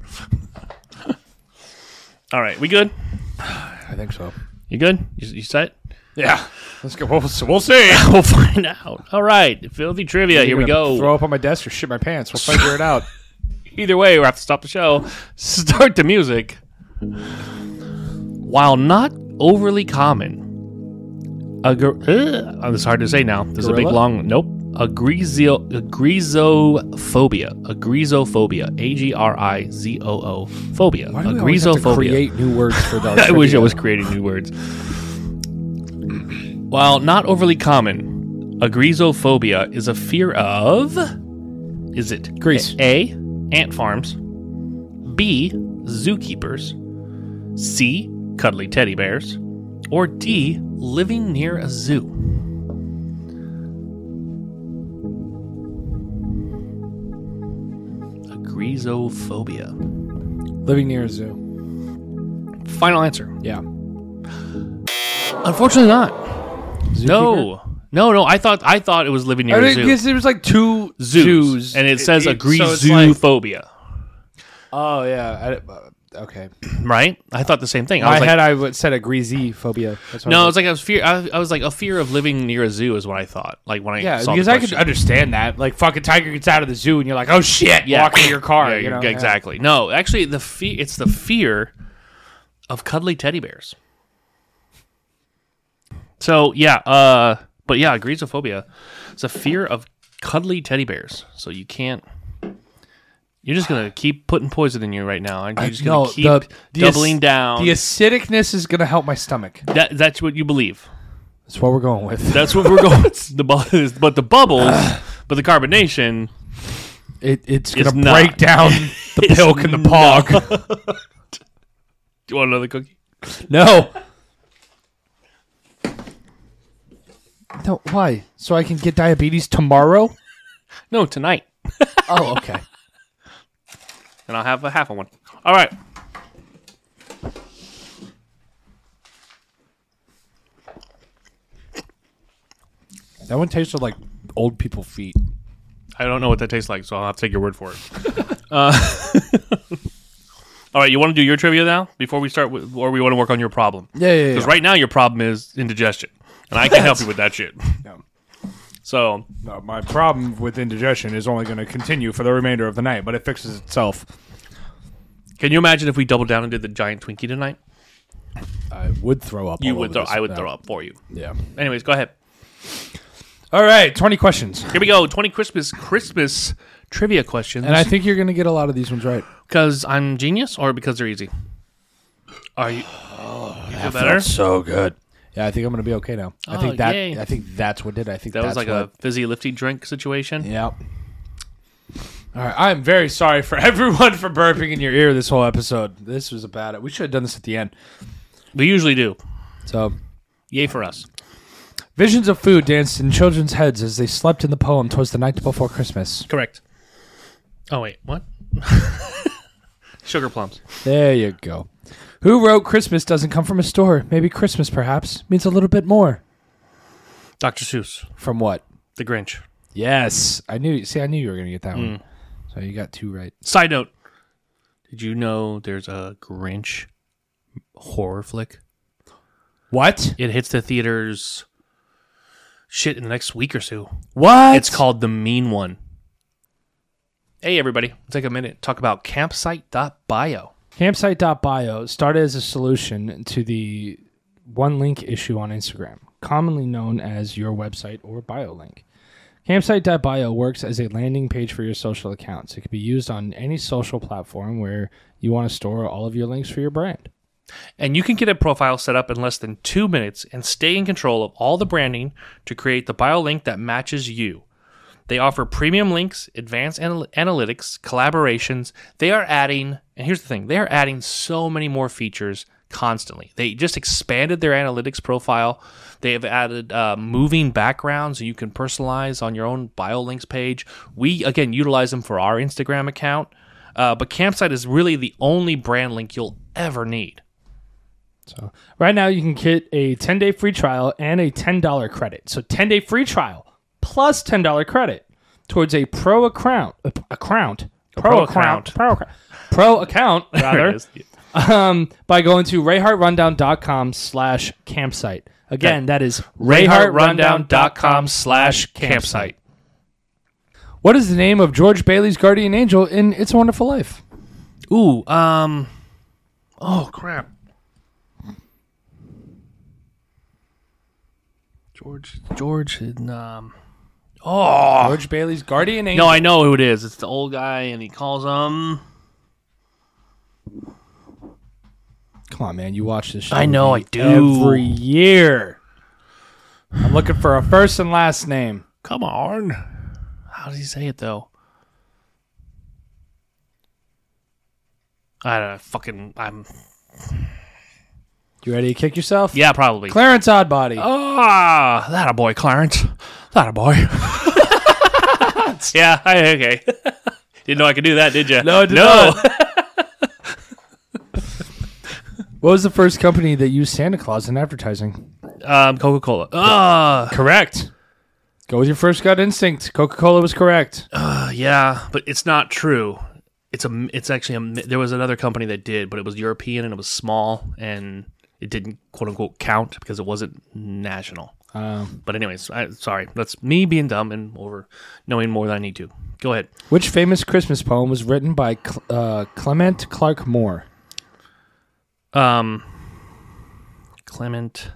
Speaker 1: All right, we good?
Speaker 2: I think so.
Speaker 1: You good? You, you set?
Speaker 2: Yeah, let's go. We'll, we'll see.
Speaker 1: We'll find out. All right, filthy trivia. Here we
Speaker 2: You're gonna
Speaker 1: go.
Speaker 2: Throw up on my desk or shit my pants. We'll figure it out.
Speaker 1: Either way, we have to stop the show. Start the music. While not overly common, a gor- Ugh, oh, this is hard to say now. This is a big
Speaker 2: Gorilla?
Speaker 1: long. Nope. Agrisio, agrizophobia. Agrizophobia. A G R I Z O O phobia.
Speaker 2: Why do we always have to
Speaker 1: Agrizophobia.
Speaker 2: create new words for those?
Speaker 1: I wish I
Speaker 2: trivia?
Speaker 1: was creating new words. While not overly common, agrizophobia is a fear of. Is it
Speaker 2: Grease.
Speaker 1: A. Ant farms. B. Zookeepers. C. Cuddly teddy bears. Or D. Living near a zoo. Agrizophobia.
Speaker 2: living near a zoo.
Speaker 1: Final answer.
Speaker 2: Yeah.
Speaker 1: Unfortunately, not. No, no, no. I thought I thought it was living near a zoo.
Speaker 2: Because there was like two
Speaker 1: Zoos.
Speaker 2: zoos,
Speaker 1: and it says agree
Speaker 2: so it's like-
Speaker 1: zoophobia,
Speaker 2: oh yeah. I, uh, okay.
Speaker 1: right? I thought the same thing. I
Speaker 2: I
Speaker 1: was like,
Speaker 2: had I would- said a greasy phobia. That's what
Speaker 1: no,
Speaker 2: I
Speaker 1: it
Speaker 2: was
Speaker 1: was like I was fear. I, I was like a fear of living near a zoo is what I thought. Like when I
Speaker 2: yeah,
Speaker 1: saw
Speaker 2: because
Speaker 1: the
Speaker 2: I could
Speaker 1: question.
Speaker 2: understand that. Like fucking tiger gets out of the zoo, and you're like, oh shit,
Speaker 1: Yeah.
Speaker 2: walk into your car.
Speaker 1: Yeah,
Speaker 2: you
Speaker 1: you're-
Speaker 2: know?
Speaker 1: exactly. No, actually, the fear it's the fear of cuddly teddy bears. So yeah, uh, but yeah, agrizophobia. It's a fear of cuddly teddy bears. So you can't. You're just gonna keep putting poison in you right now. aren't you? You're just gonna
Speaker 2: No,
Speaker 1: keep
Speaker 2: the- the
Speaker 1: doubling
Speaker 2: ac-
Speaker 1: down.
Speaker 2: The acidicness is gonna help my stomach.
Speaker 1: that, that's what you believe.
Speaker 2: That's what we're going with.
Speaker 1: That's what we're going. the bubbles, but the bubbles, but the carbonation.
Speaker 2: It, it's gonna
Speaker 1: It's not.
Speaker 2: break down the pilk and the pog.
Speaker 1: Do you want another cookie?
Speaker 2: No. No, why? So I can get diabetes tomorrow?
Speaker 1: No, tonight.
Speaker 2: Oh, okay.
Speaker 1: and I'll have a half of one. All right.
Speaker 2: that one tasted like old people feet.
Speaker 1: I don't know what that tastes like, so I'll have to take your word for it. uh, all right, you want to do your trivia now before we start, with, or we want to work on your problem?
Speaker 2: Yeah, yeah,
Speaker 1: Because right now your problem is indigestion, and I can't help you with that shit.
Speaker 2: No.
Speaker 1: So
Speaker 2: No, Uh, my problem with indigestion is only going to continue for the remainder of the night, but it fixes itself.
Speaker 1: Can you imagine if we doubled down and did the giant Twinkie tonight?
Speaker 2: I would throw up.
Speaker 1: You
Speaker 2: all
Speaker 1: would
Speaker 2: over
Speaker 1: throw.
Speaker 2: this
Speaker 1: I would
Speaker 2: map.
Speaker 1: throw up for you.
Speaker 2: Yeah.
Speaker 1: Anyways, go ahead.
Speaker 2: All right, twenty questions,
Speaker 1: Here we go. Twenty Christmas Christmas trivia questions.
Speaker 2: and I think you're gonna get a lot of these ones right.
Speaker 1: because I'm genius or because they're easy. Are you? you feel better?
Speaker 2: so good. Yeah, I think I'm gonna be okay now. I
Speaker 1: Oh,
Speaker 2: think that
Speaker 1: yay.
Speaker 2: I think that's what did. it. I think
Speaker 1: That
Speaker 2: that's
Speaker 1: was like a
Speaker 2: what,
Speaker 1: fizzy lifty drink situation.
Speaker 2: Yeah. All right. I'm very sorry for everyone for burping in your ear this whole episode. This was about it. We should have done this at the end.
Speaker 1: We usually do.
Speaker 2: So,
Speaker 1: Yay for us.
Speaker 2: visions of food danced in children's heads as they slept in the poem towards the night before Christmas.
Speaker 1: Correct. Oh wait, what? Sugar plums.
Speaker 2: There you go. Who wrote Christmas doesn't come from a store? Maybe Christmas, perhaps, means a little bit more.
Speaker 1: Dr. Seuss.
Speaker 2: From what?
Speaker 1: The Grinch.
Speaker 2: Yes, I knew. See, I knew you were going to get that one. So you got two right.
Speaker 1: Side note. Did you know there's a Grinch horror flick?
Speaker 2: What?
Speaker 1: It hits the theaters shit in the next week or so.
Speaker 2: What?
Speaker 1: It's called The Mean One. Hey everybody, take a minute. Talk about campsite.bio.
Speaker 5: Campsite.bio started as a solution to the one link issue on Instagram, commonly known as your website or bio link. Campsite.bio works as a landing page for your social accounts. It can be used on any social platform where you want to store all of your links for your brand.
Speaker 1: And you can get a profile set up in less than two minutes and stay in control of all the branding to create the bio link that matches you. They offer premium links, advanced anal- analytics, collaborations. They are adding, and here's the thing they are adding so many more features constantly. They just expanded their analytics profile. They have added uh, moving backgrounds you can personalize on your own bio links page. We, again, utilize them for our Instagram account. Uh, but Campsite is really the only brand link you'll ever need.
Speaker 5: So right now you can get a 10-day free trial and a $10 credit. So 10-day free trial plus $10 credit towards a pro account, a, account,
Speaker 1: pro
Speaker 5: pro account, pro account
Speaker 1: There it
Speaker 5: rather
Speaker 1: is.
Speaker 5: um, by going to rayhartrundown.com slash campsite. Again, that is
Speaker 1: rayhartrundown.com slash campsite.
Speaker 2: What is the name of George Bailey's guardian angel in It's a Wonderful Life?
Speaker 1: Ooh, um, oh crap. George, George, and, um, oh
Speaker 2: George Bailey's guardian angel.
Speaker 1: no, I know who it is. It's the old guy, and he calls him.
Speaker 2: Come on, man. You watch this show.
Speaker 1: I know, I do.
Speaker 2: Every year. I'm looking for a first and last name.
Speaker 1: Come on, how does he say it though? I don't know. Fucking, I'm
Speaker 2: You ready to kick yourself?
Speaker 1: yeah, Oh. probably.
Speaker 2: Clarence Oddbody.
Speaker 1: Ah, that a boy, Clarence. That a boy. yeah, I, okay. Didn't know I could do that, did you? No,
Speaker 2: I did What was the first company that used Santa Claus in advertising?
Speaker 1: um, Coca Cola. Ah,
Speaker 2: Correct. Go with your first gut instinct. Coca Cola was correct.
Speaker 1: yeah, but it's not true. It's a. It's actually a. mi- There was another company that did, but it was European and it was small and it didn't quote unquote count because it wasn't national.
Speaker 2: Um,
Speaker 1: But anyways, I, sorry. That's me being dumb and over knowing more than I need to. Go ahead.
Speaker 2: which famous Christmas poem was written by Cl- uh, Clement Clark Moore?
Speaker 1: Um, Clement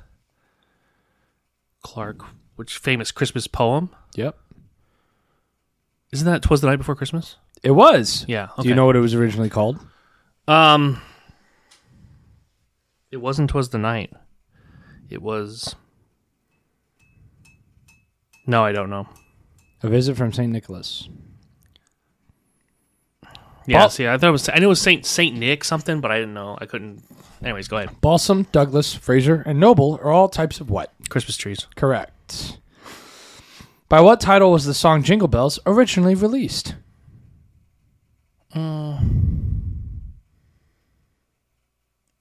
Speaker 1: Clark, which famous Christmas poem?
Speaker 2: Yep.
Speaker 1: Isn't that "Twas the Night Before Christmas"?
Speaker 2: It was.
Speaker 1: Yeah.
Speaker 2: Do you know what it was originally called?
Speaker 1: Um, it wasn't "Twas the Night." It was. No, I don't know.
Speaker 2: A Visit from St. Nicholas.
Speaker 1: Yeah,
Speaker 2: Well-
Speaker 1: see, I thought it was. I knew it was Saint Saint Nick something, but I didn't know. I couldn't. Anyways, go ahead.
Speaker 2: Balsam, Douglas, Fraser, and Noble are all types of what?
Speaker 1: Christmas trees.
Speaker 2: Correct. By what title was the song Jingle Bells originally released?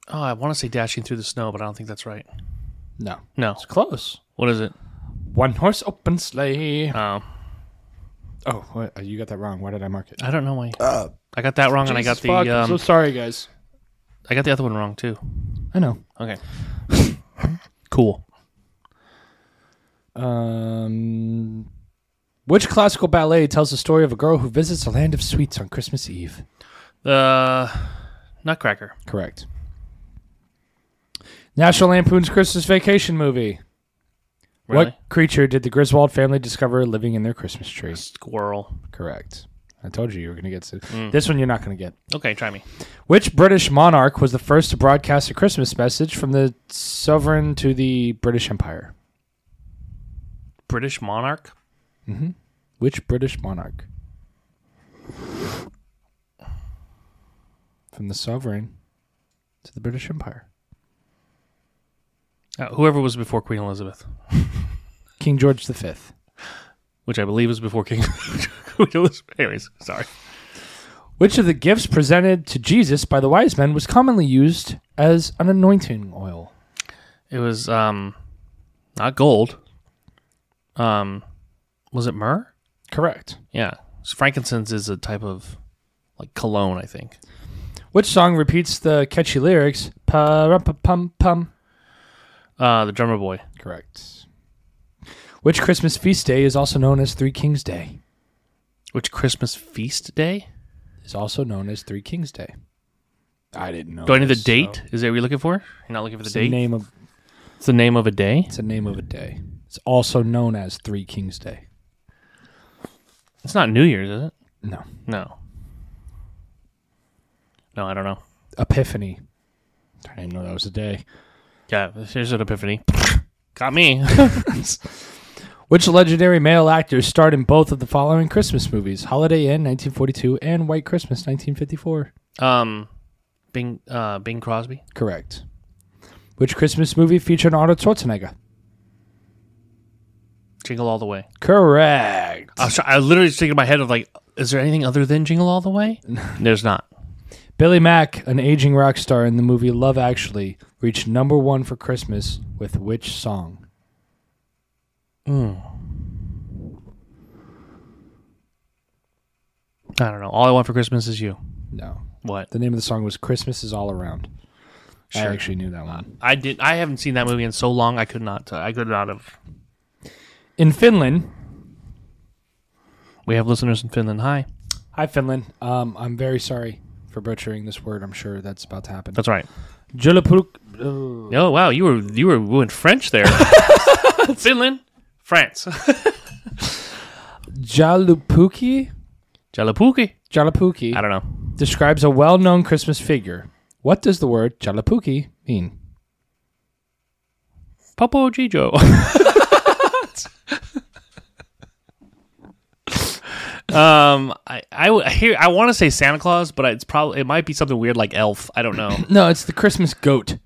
Speaker 1: Oh, I want to say "Dashing Through the Snow," but I don't think that's right.
Speaker 2: No.
Speaker 1: No.
Speaker 2: It's close.
Speaker 1: What is it?
Speaker 2: One horse open sleigh.
Speaker 1: Oh,
Speaker 2: Oh, what? you got that wrong. Why did I mark it?
Speaker 1: I don't know why. I got that wrong, and I got the. um,
Speaker 2: so sorry, guys.
Speaker 1: I got the other one wrong too.
Speaker 2: I know.
Speaker 1: Okay. cool.
Speaker 2: Um, which classical ballet tells the story of a girl who visits a land of sweets on Christmas Eve?
Speaker 1: The Uh, Nutcracker.
Speaker 2: Correct. National Lampoon's Christmas Vacation movie.
Speaker 1: Really?
Speaker 2: What creature did the Griswold family discover living in their Christmas tree?
Speaker 1: Squirrel.
Speaker 2: Correct. I told you you were going to get it.
Speaker 1: Mm.
Speaker 2: This one you're not going to get.
Speaker 1: Okay, try me.
Speaker 2: Which British monarch was the first to broadcast a Christmas message from the sovereign to the British Empire?
Speaker 1: British monarch.
Speaker 2: Which British monarch? From the sovereign to the British Empire.
Speaker 1: Uh, whoever was before Queen Elizabeth,
Speaker 2: King George V.
Speaker 1: which I believe was before King Queen Elizabeth. Anyways, sorry.
Speaker 2: Which of the gifts presented to Jesus by the wise men was commonly used as an anointing oil?
Speaker 1: It was um, not gold. Um, was it myrrh?
Speaker 2: Correct.
Speaker 1: Yeah, frankincense is a type of like cologne, I think.
Speaker 2: Which song repeats the catchy lyrics? Pa pum pum.
Speaker 1: Uh, the drummer boy.
Speaker 2: Correct. Which Christmas feast day is also known as Three Kings Day?
Speaker 1: Which Christmas feast day?
Speaker 2: Is also known as Three Kings Day.
Speaker 6: I didn't know.
Speaker 1: Do I need the
Speaker 6: this,
Speaker 1: date?
Speaker 6: so-
Speaker 1: Is that what you're looking for? You're not looking for the
Speaker 2: Oh, It's the
Speaker 1: date.
Speaker 2: name of
Speaker 1: It's the name of a day.
Speaker 2: it's the name of a day. It's also known as Three Kings Day.
Speaker 1: It's not New Year's, is it?
Speaker 2: No.
Speaker 1: No. No, I don't know.
Speaker 2: Epiphany. I didn't know that was a day.
Speaker 1: Yeah, here's an epiphany. Got me.
Speaker 2: Which legendary male actors starred in both of the following Christmas movies? Holiday Inn 1942 and White Christmas 1954.
Speaker 1: um, Bing, uh, Bing Crosby.
Speaker 2: Correct. Which Christmas movie featured Arnold Schwarzenegger?
Speaker 1: Jingle all the way.
Speaker 2: Correct.
Speaker 1: I was, try- I was literally just thinking in my head of like, is there anything other than Jingle All the Way? There's not.
Speaker 2: Billy Mack, an aging rock star in the movie Love Actually, reached number one for Christmas with which song?
Speaker 1: I don't know. All I want for Christmas is you.
Speaker 2: No.
Speaker 1: What?
Speaker 2: The name of the song was Christmas is All Around.
Speaker 1: Sure.
Speaker 2: I actually knew that one.
Speaker 1: I did. I haven't seen that movie in so long. I could not. I could not have.
Speaker 2: In Finland,
Speaker 1: We have listeners in Finland. Hi.
Speaker 2: hi Finland. Um, I'm very sorry for butchering this word. I'm sure that's about to happen.
Speaker 1: That's right.
Speaker 2: Jylapuruk.
Speaker 1: Oh wow, you were you were we went French there. Finland, France.
Speaker 2: Jalupuki?
Speaker 1: Jalapuki.
Speaker 2: Jalapuki.
Speaker 1: I don't know.
Speaker 2: describes a well known Christmas figure. What does the word jalapuki mean?
Speaker 1: Popo Gijo. um, I I w- here I want to say Santa Claus, but it's probably it might be something weird like Elf. I don't know.
Speaker 2: No, it's the Christmas goat,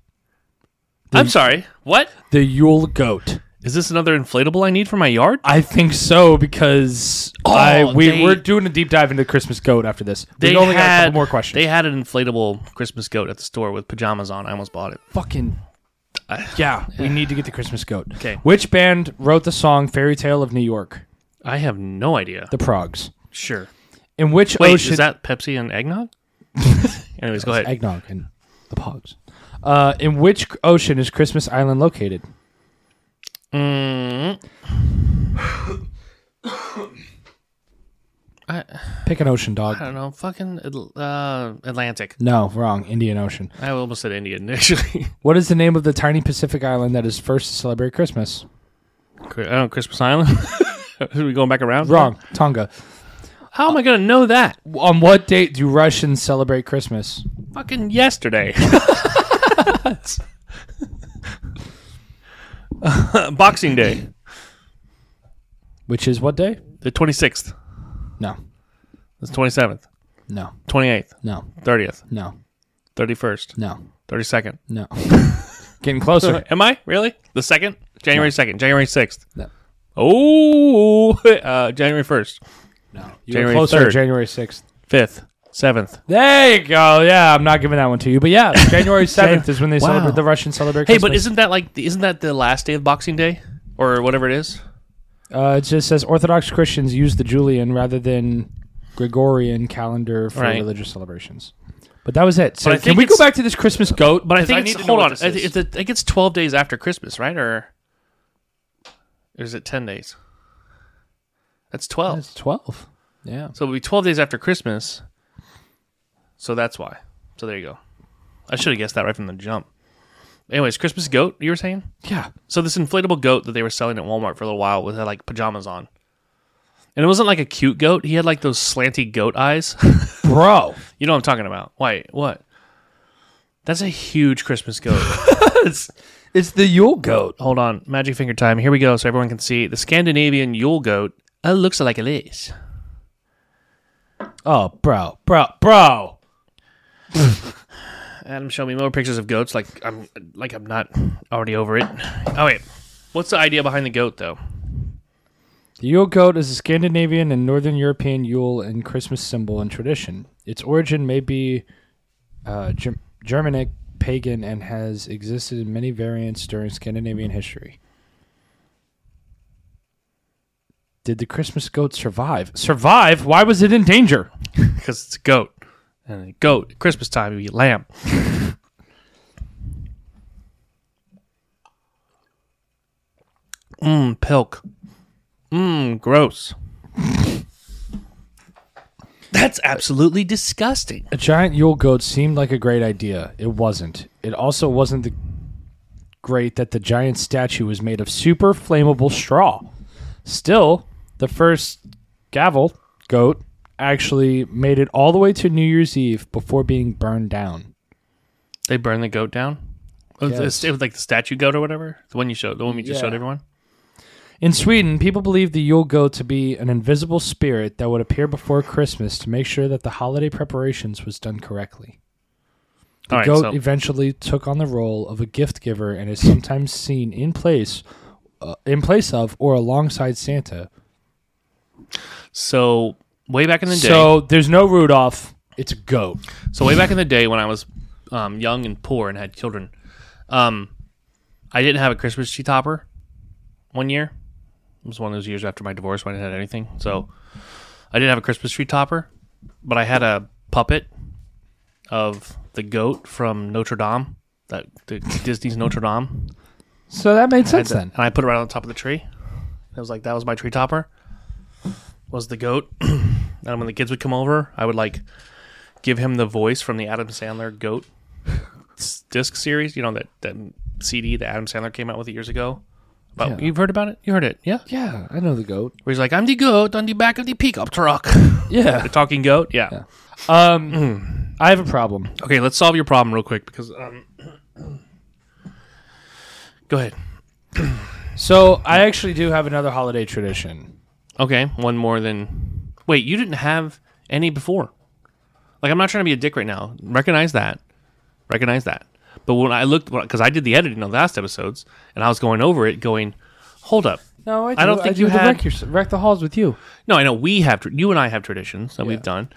Speaker 1: I'm sorry. What
Speaker 2: the Yule goat.
Speaker 1: is this? Another inflatable I need for my yard?
Speaker 2: I think so because I we
Speaker 1: Oh, they-
Speaker 2: we're doing a deep dive into the Christmas goat after this.
Speaker 1: They
Speaker 2: we only
Speaker 1: had
Speaker 2: got a couple more questions.
Speaker 1: They had an inflatable Christmas goat at the store with pajamas on. I almost bought it.
Speaker 2: fucking yeah, we need to get the Christmas goat.
Speaker 1: 'Kay.
Speaker 2: Which band wrote the song "Fairy Tale of New York"?
Speaker 1: I have no idea.
Speaker 2: The Progs.
Speaker 1: Sure.
Speaker 2: In which
Speaker 1: Wait,
Speaker 2: ocean?
Speaker 1: is that Pepsi and eggnog? Anyways, go ahead.
Speaker 2: eggnog and the Pogs? Uh, in which ocean is Christmas Island located?
Speaker 1: Mm.
Speaker 2: Pick an ocean,
Speaker 1: I don't
Speaker 2: dog.
Speaker 1: know. Fucking Atl- uh, Atlantic.
Speaker 2: No, wrong. Indian Ocean.
Speaker 1: I almost said Indian actually.
Speaker 2: What is the name of the tiny Pacific island that is first to celebrate Christmas?
Speaker 1: Cri- I don't know, Christmas Island. Are we going back around?
Speaker 2: Wrong. Tonga.
Speaker 1: How am I gonna know that?
Speaker 2: On what date do Russians celebrate Christmas?
Speaker 1: Fucking yesterday. Boxing Day,
Speaker 2: Which is what day?
Speaker 1: the twenty sixth,
Speaker 2: No.
Speaker 1: the twenty seventh,
Speaker 2: No.
Speaker 1: twenty eighth,
Speaker 2: No.
Speaker 1: thirtieth,
Speaker 2: No.
Speaker 1: thirty first,
Speaker 2: No.
Speaker 1: thirty second.
Speaker 2: No. Getting closer.
Speaker 1: Am I really the second? January second, January sixth.
Speaker 2: No.
Speaker 1: Oh, uh, January first,
Speaker 2: No. You
Speaker 1: January
Speaker 2: were closer to
Speaker 1: 3rd.
Speaker 2: January 6th.
Speaker 1: fifth, seventh.
Speaker 2: There you go. Yeah, I'm not giving that one to you. But yeah, January 7th is when they
Speaker 1: Wow.
Speaker 2: celebrate the Russians celebrate
Speaker 1: Hey,
Speaker 2: Christmas.
Speaker 1: but isn't that like isn't that the last day of Boxing Day or whatever it is?
Speaker 2: Uh, it just says Orthodox Christians use the Julian rather than Gregorian calendar for
Speaker 1: Right.
Speaker 2: religious celebrations. But that was it. So
Speaker 1: But I
Speaker 2: can
Speaker 1: think
Speaker 2: we go
Speaker 1: it's-
Speaker 2: back to this Christmas goat?
Speaker 1: But I
Speaker 2: 'Cause
Speaker 1: think it's
Speaker 2: need to know
Speaker 1: hold
Speaker 2: what
Speaker 1: on. I
Speaker 2: this
Speaker 1: think It's,
Speaker 2: is.
Speaker 1: I think it's twelve days after Christmas, right? Or, or is it ten days? That's twelve.
Speaker 2: It's 12. Yeah.
Speaker 1: So it'll be twelve days after Christmas. So that's why. So there you go. I should have guessed that right from the jump. Anyways, Christmas goat, you were saying?
Speaker 6: Yeah.
Speaker 1: So this inflatable goat that they were selling at Walmart for a little while with had like pajamas on. And it wasn't like a cute goat. He had like those slanty goat eyes.
Speaker 2: bro.
Speaker 1: you know what I'm talking about. Wait, what? That's a huge Christmas goat.
Speaker 2: It's the Yule goat.
Speaker 1: Hold on. Magic finger time. Here we go so everyone can see. The Scandinavian Yule goat uh, looks like a lace.
Speaker 2: Oh, bro, bro, bro.
Speaker 1: Adam, show me more pictures of goats. Like I'm, like I'm not already over it. Oh wait, what's the idea behind the goat though?
Speaker 2: The Yule goat is a Scandinavian and Northern European Yule and Christmas symbol and tradition. Its origin may be uh, Germ- Germanic, pagan, and has existed in many variants during Scandinavian history. Did the Christmas goat survive? Survive? Why was it in danger?
Speaker 1: Because it's a goat, and a goat Christmas time you eat lamb. Mmm, pilk. Mmm, gross. That's absolutely disgusting.
Speaker 2: A giant Yule goat seemed like a great idea. It wasn't. It also wasn't the great that the giant statue was made of super flammable straw. Still, the first gavel goat actually made it all the way to New Year's Eve before being burned down.
Speaker 1: They burn the goat down. It was-
Speaker 2: Yes.
Speaker 1: It was like the statue goat or whatever. The one you showed, the one we just showed
Speaker 2: Yeah.
Speaker 1: everyone.
Speaker 2: In Sweden, people believe the Yule goat to be an invisible spirit that would appear before Christmas to make sure that the holiday preparations was done correctly. The
Speaker 1: All right,
Speaker 2: goat
Speaker 1: so
Speaker 2: eventually took on the role of a gift giver and is sometimes seen in place, uh, in place of, or alongside Santa.
Speaker 1: so way back in the day, so,
Speaker 2: So there's no Rudolph. It's a goat.
Speaker 1: way back in the day when I was um, young and poor and had children, um, I didn't have a Christmas tree topper. One year, it was one of those years after my divorce when I didn't have anything, so I didn't have a Christmas tree topper, but I had a puppet of the goat from Notre Dame, that the Disney's Notre Dame.
Speaker 2: So that made sense then.
Speaker 1: and I put it right on top of the tree. It was like that was my tree topper. Was the goat. and when the kids would come over, I would like give him the voice from the Adam Sandler Goat s- disc series. You know that that CD that Adam Sandler came out with years ago. But
Speaker 2: Yeah.
Speaker 1: you've heard about it. You heard it, yeah?
Speaker 2: Yeah, I know the goat.
Speaker 1: Where he's like, "I'm the goat on the back of the pickup truck."
Speaker 2: Yeah.
Speaker 1: the talking goat. Yeah.
Speaker 2: Um, I have a problem.
Speaker 1: Okay, let's solve your problem real quick because. Um, go ahead.
Speaker 2: So I actually do have another holiday tradition.
Speaker 1: Okay, one more than. Wait, you didn't have any before. Like, I'm not trying to be a dick right now. Recognize that. Recognize that. But when I looked, because I did the editing on the last episodes, and I was going over it, going, hold up.
Speaker 2: No,
Speaker 1: I don't think you
Speaker 2: the
Speaker 1: had-
Speaker 2: wreck, your- wreck the halls with you.
Speaker 1: No, I know we have, tr- you and I have traditions that we've done.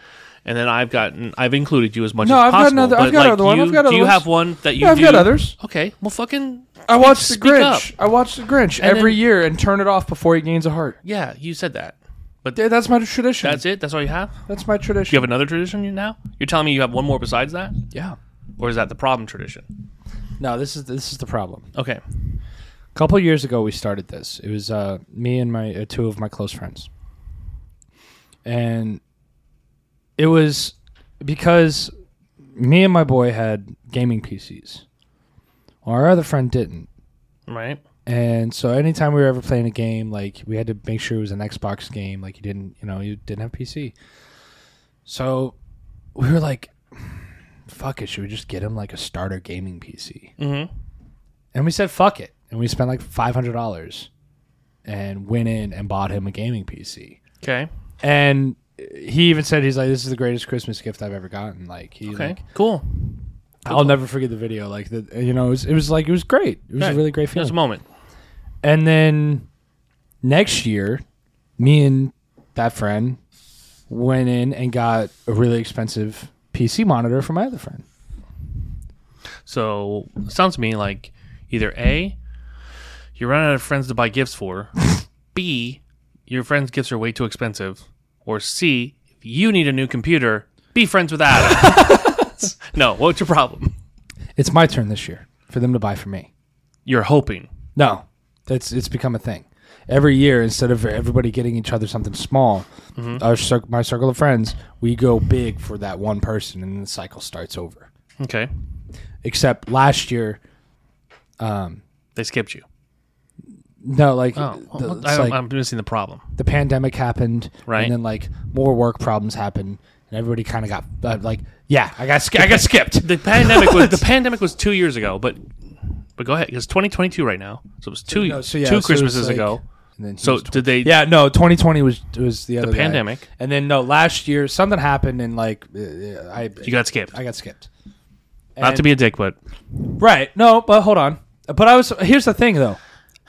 Speaker 1: And then I've gotten, I've included you as much
Speaker 2: No,
Speaker 1: as
Speaker 2: I've got
Speaker 1: possible.
Speaker 2: another-
Speaker 1: but
Speaker 2: I've got
Speaker 1: like,
Speaker 2: another one.
Speaker 1: You,
Speaker 2: I've got
Speaker 1: do you
Speaker 2: others.
Speaker 1: have one that you
Speaker 2: Yeah, I've
Speaker 1: do?
Speaker 2: got others.
Speaker 1: Okay, well, fucking.
Speaker 2: I watch the
Speaker 1: speak
Speaker 2: Grinch.
Speaker 1: up.
Speaker 2: I watch the Grinch
Speaker 1: And
Speaker 2: every
Speaker 1: then-
Speaker 2: year and turn it off before he gains a heart.
Speaker 1: Yeah, you said that. But
Speaker 2: Yeah, That's my tradition.
Speaker 1: that's it? That's all you have?
Speaker 2: That's my
Speaker 1: Do you
Speaker 2: tradition.
Speaker 1: have another tradition you- now? You're telling me you have one more besides that?
Speaker 2: Yeah.
Speaker 1: Or is that the problem tradition?
Speaker 2: No, this is this is the problem.
Speaker 1: Okay.
Speaker 2: couple years ago we started this it was uh, me and my uh, two of my close friends and it was because me and my boy had gaming pcs our other friend didn't
Speaker 1: Right?
Speaker 2: and so anytime we were ever playing a game like we had to make sure it was an xbox game like you didn't you know you didn't have pc so we were like fuck it should we just get him like a starter gaming pc
Speaker 1: Mm-hmm.
Speaker 2: And we said, fuck it. And we spent like $500 and went in and bought him a gaming PC.
Speaker 1: Okay.
Speaker 2: And he even said, he's like, this is the greatest Christmas gift I've ever gotten. Like, he,
Speaker 1: Okay.
Speaker 2: like,
Speaker 1: cool.
Speaker 2: I'll never forget the video. Like, the, you know, it was, it was like, it was great. It was
Speaker 1: Okay.
Speaker 2: a really great
Speaker 1: It was a
Speaker 2: feeling.
Speaker 1: moment.
Speaker 2: And then next year, me and that friend went in and got a really expensive PC monitor for my other friend.
Speaker 1: So it sounds to me like either A, you run out of friends to buy gifts for, B, your friends' gifts are way too expensive, or C, if you need a new computer, be friends with Adam. no, what's your problem?
Speaker 2: It's my turn this year for them to buy for me.
Speaker 1: You're hoping.
Speaker 2: No, that's it's become a thing. Every year, instead of everybody getting each other something small,
Speaker 1: Mm-hmm.
Speaker 2: our cir- my circle of friends, we go big for that one person, and the cycle starts over.
Speaker 1: Okay.
Speaker 2: Except last year, Um,
Speaker 1: They skipped you.
Speaker 2: no, like,
Speaker 1: Oh,
Speaker 2: the,
Speaker 1: well,
Speaker 2: it's
Speaker 1: I,
Speaker 2: like
Speaker 1: I'm missing the problem.
Speaker 2: the pandemic happened,
Speaker 1: Right.
Speaker 2: And then like more work problems happened, and everybody kind of got uh, like, yeah, I got sk- I got skipped.
Speaker 1: The pandemic was the pandemic was two years ago, but but go ahead. It's 2022 right now, so it was two
Speaker 2: No, so yeah, so
Speaker 1: two
Speaker 2: it's
Speaker 1: Christmases
Speaker 2: like-
Speaker 1: ago.
Speaker 2: And then he
Speaker 1: So
Speaker 2: was
Speaker 1: did they?
Speaker 2: Yeah, no, 2020 was was the other guy.
Speaker 1: pandemic.
Speaker 2: and then no, last year something happened, and like uh, uh, I
Speaker 1: You got skipped.
Speaker 2: I got skipped.
Speaker 1: Not to be a dick, but
Speaker 2: right. No, but hold on. But I was here's the thing though,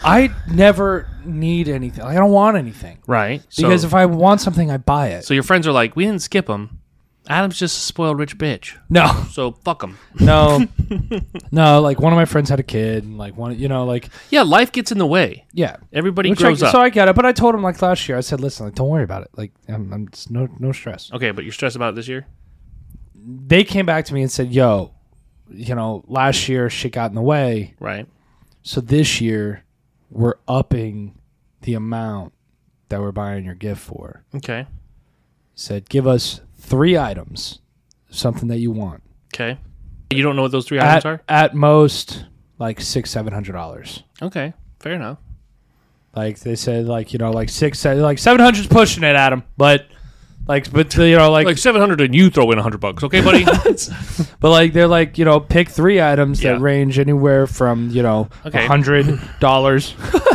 Speaker 2: I never need anything. Like, I don't want anything
Speaker 1: right. So,
Speaker 2: because if I want something, I buy it.
Speaker 1: so your friends are like, we didn't skip him. Adam's just a spoiled rich bitch.
Speaker 2: No,
Speaker 1: So fuck him.
Speaker 2: no, no. Like one of my friends had a kid, and like one, you know, like
Speaker 1: Yeah, life gets in the way.
Speaker 2: yeah.
Speaker 1: Everybody
Speaker 2: Which I,
Speaker 1: grows up.
Speaker 2: so I get it, but I told him like last year. I said, "Listen, like, don't worry about it. Like, I'm, I'm just no, no stress."
Speaker 1: okay, but you're stressed about it this year.
Speaker 2: they came back to me and said, "Yo, you know, last year shit got in the way,
Speaker 1: Right.
Speaker 2: so this year we're upping the amount that we're buying your gift for."
Speaker 1: Okay.
Speaker 2: Said, "Give us three items, something that you want.
Speaker 1: Okay. You don't know what those three items
Speaker 2: At,
Speaker 1: are?
Speaker 2: at most, like six, seven hundred dollars."
Speaker 1: Okay. Fair enough.
Speaker 2: Like they said, like you know, like six, se- like seven hundred's pushing it, Adam, but. Like, but you know, like,
Speaker 1: Like seven hundred, and you throw in hundred bucks, okay, buddy?
Speaker 2: but like, they're like, you know, pick three items
Speaker 1: Yeah.
Speaker 2: that range anywhere from you know,
Speaker 1: Okay.
Speaker 2: hundred dollars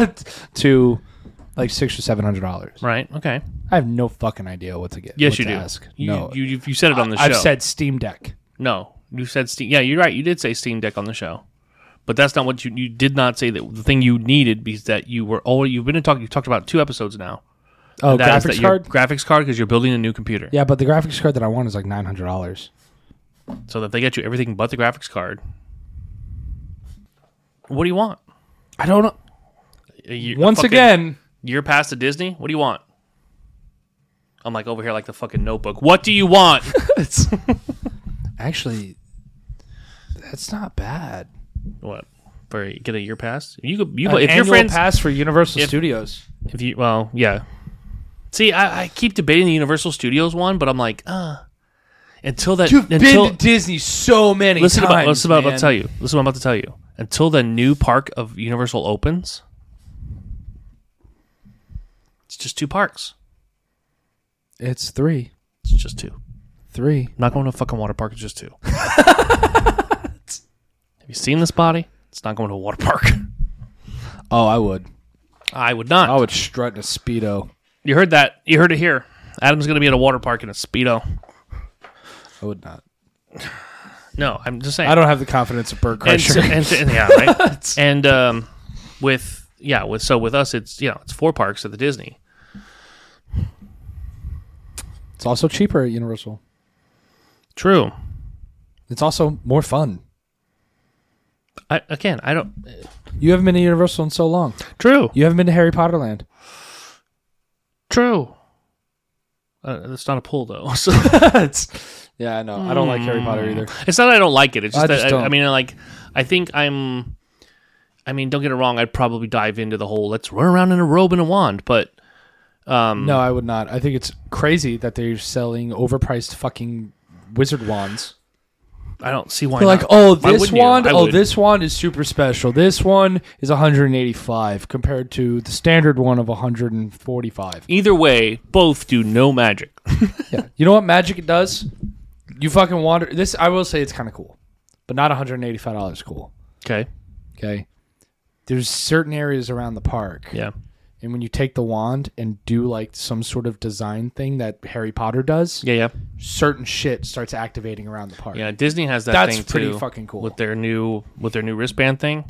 Speaker 2: to like six or seven hundred dollars.
Speaker 1: right. Okay.
Speaker 2: I have no fucking idea what to get.
Speaker 1: Yes,
Speaker 2: what
Speaker 1: you
Speaker 2: to
Speaker 1: do.
Speaker 2: Ask.
Speaker 1: You,
Speaker 2: no,
Speaker 1: you, you you said it on the show.
Speaker 2: I've said Steam Deck.
Speaker 1: no. You said Steam. Yeah, you're right. You did say Steam Deck on the show, but that's not what you you did not say that the thing you needed because that you were all you've been talking. You talked about two episodes now.
Speaker 2: Oh,
Speaker 1: That is
Speaker 2: graphics
Speaker 1: that your
Speaker 2: card.
Speaker 1: graphics card because you're building a new computer.
Speaker 2: Yeah, but the graphics card that I want is like nine hundred dollars.
Speaker 1: So that they get you everything but the graphics card. What do you want? Uh,
Speaker 2: I don't know.
Speaker 1: You-
Speaker 2: Once
Speaker 1: fucking-
Speaker 2: again,
Speaker 1: You're past the Disney. What do you want? I'm like over here like the fucking notebook. What do you want?
Speaker 2: actually, that's not bad.
Speaker 1: what? For get a year pass? You could you
Speaker 2: An
Speaker 1: if your
Speaker 2: annual
Speaker 1: friends
Speaker 2: pass for Universal
Speaker 1: if-
Speaker 2: Studios.
Speaker 1: if you well yeah. See, I, I keep debating the Universal Studios one, but I'm like, uh until that until
Speaker 2: Disney so many
Speaker 1: listen to what listen to what I'm about to tell you. Listen to what I'm about to tell you. Until the new park of Universal opens, it's just two parks.
Speaker 2: It's three,
Speaker 1: It's just two.
Speaker 2: three.
Speaker 1: not going to a fucking water park. It's just two. Have you seen this body? It's not going to a water park.
Speaker 2: Oh, I would.
Speaker 1: I would not.
Speaker 6: I would
Speaker 2: Strut in a speedo.
Speaker 1: You heard that? You heard it here. Adam's going to be at a water park in a speedo.
Speaker 2: I would not.
Speaker 1: No, I'm just saying.
Speaker 6: I don't have the confidence of Bert
Speaker 1: And,
Speaker 6: Kreischer.
Speaker 1: and- and- yeah, right. and um, with yeah, with so with us, it's you know, it's four parks at the Disney.
Speaker 2: It's also cheaper at Universal.
Speaker 1: True.
Speaker 2: It's also more fun.
Speaker 1: I, again, I don't.
Speaker 2: You haven't been to Universal in so long.
Speaker 1: True.
Speaker 2: You haven't been to Harry Potter Land.
Speaker 1: True. Uh, that's not a pull though. So.
Speaker 2: Yeah, I know. I don't like Harry Potter either.
Speaker 1: It's not that I don't like it. It's just
Speaker 2: I
Speaker 1: that
Speaker 2: just
Speaker 1: I, I
Speaker 2: don't.
Speaker 1: mean, like, I think I'm. I mean, don't get it wrong. I'd probably dive into the whole let's run around in a robe and a wand, but
Speaker 6: Mm.
Speaker 1: um,
Speaker 2: No, I would not. I think it's crazy that they're selling overpriced fucking wizard wands.
Speaker 1: I don't see why.
Speaker 2: They're like,
Speaker 1: not.
Speaker 2: oh,
Speaker 1: Why
Speaker 2: this
Speaker 1: wouldn't you?
Speaker 2: wand,
Speaker 1: I
Speaker 2: oh,
Speaker 1: would.
Speaker 2: this wand is super special. This one is 185 compared to the standard one of 145.
Speaker 1: Either way, both do no magic.
Speaker 2: Yeah. You know what magic it does? You fucking wander. This I will say it's kind of cool, but not 185 dollars cool.
Speaker 1: okay.
Speaker 2: Okay. There's certain areas around the park,
Speaker 1: Yeah.
Speaker 2: and when you take the wand and do like some sort of design thing that Harry Potter does,
Speaker 1: Yeah. Yeah.
Speaker 2: certain shit starts activating around the park.
Speaker 1: Yeah. Disney has that.
Speaker 2: That's
Speaker 1: thing
Speaker 2: pretty
Speaker 1: too,
Speaker 2: fucking cool.
Speaker 1: with their new with their new wristband thing.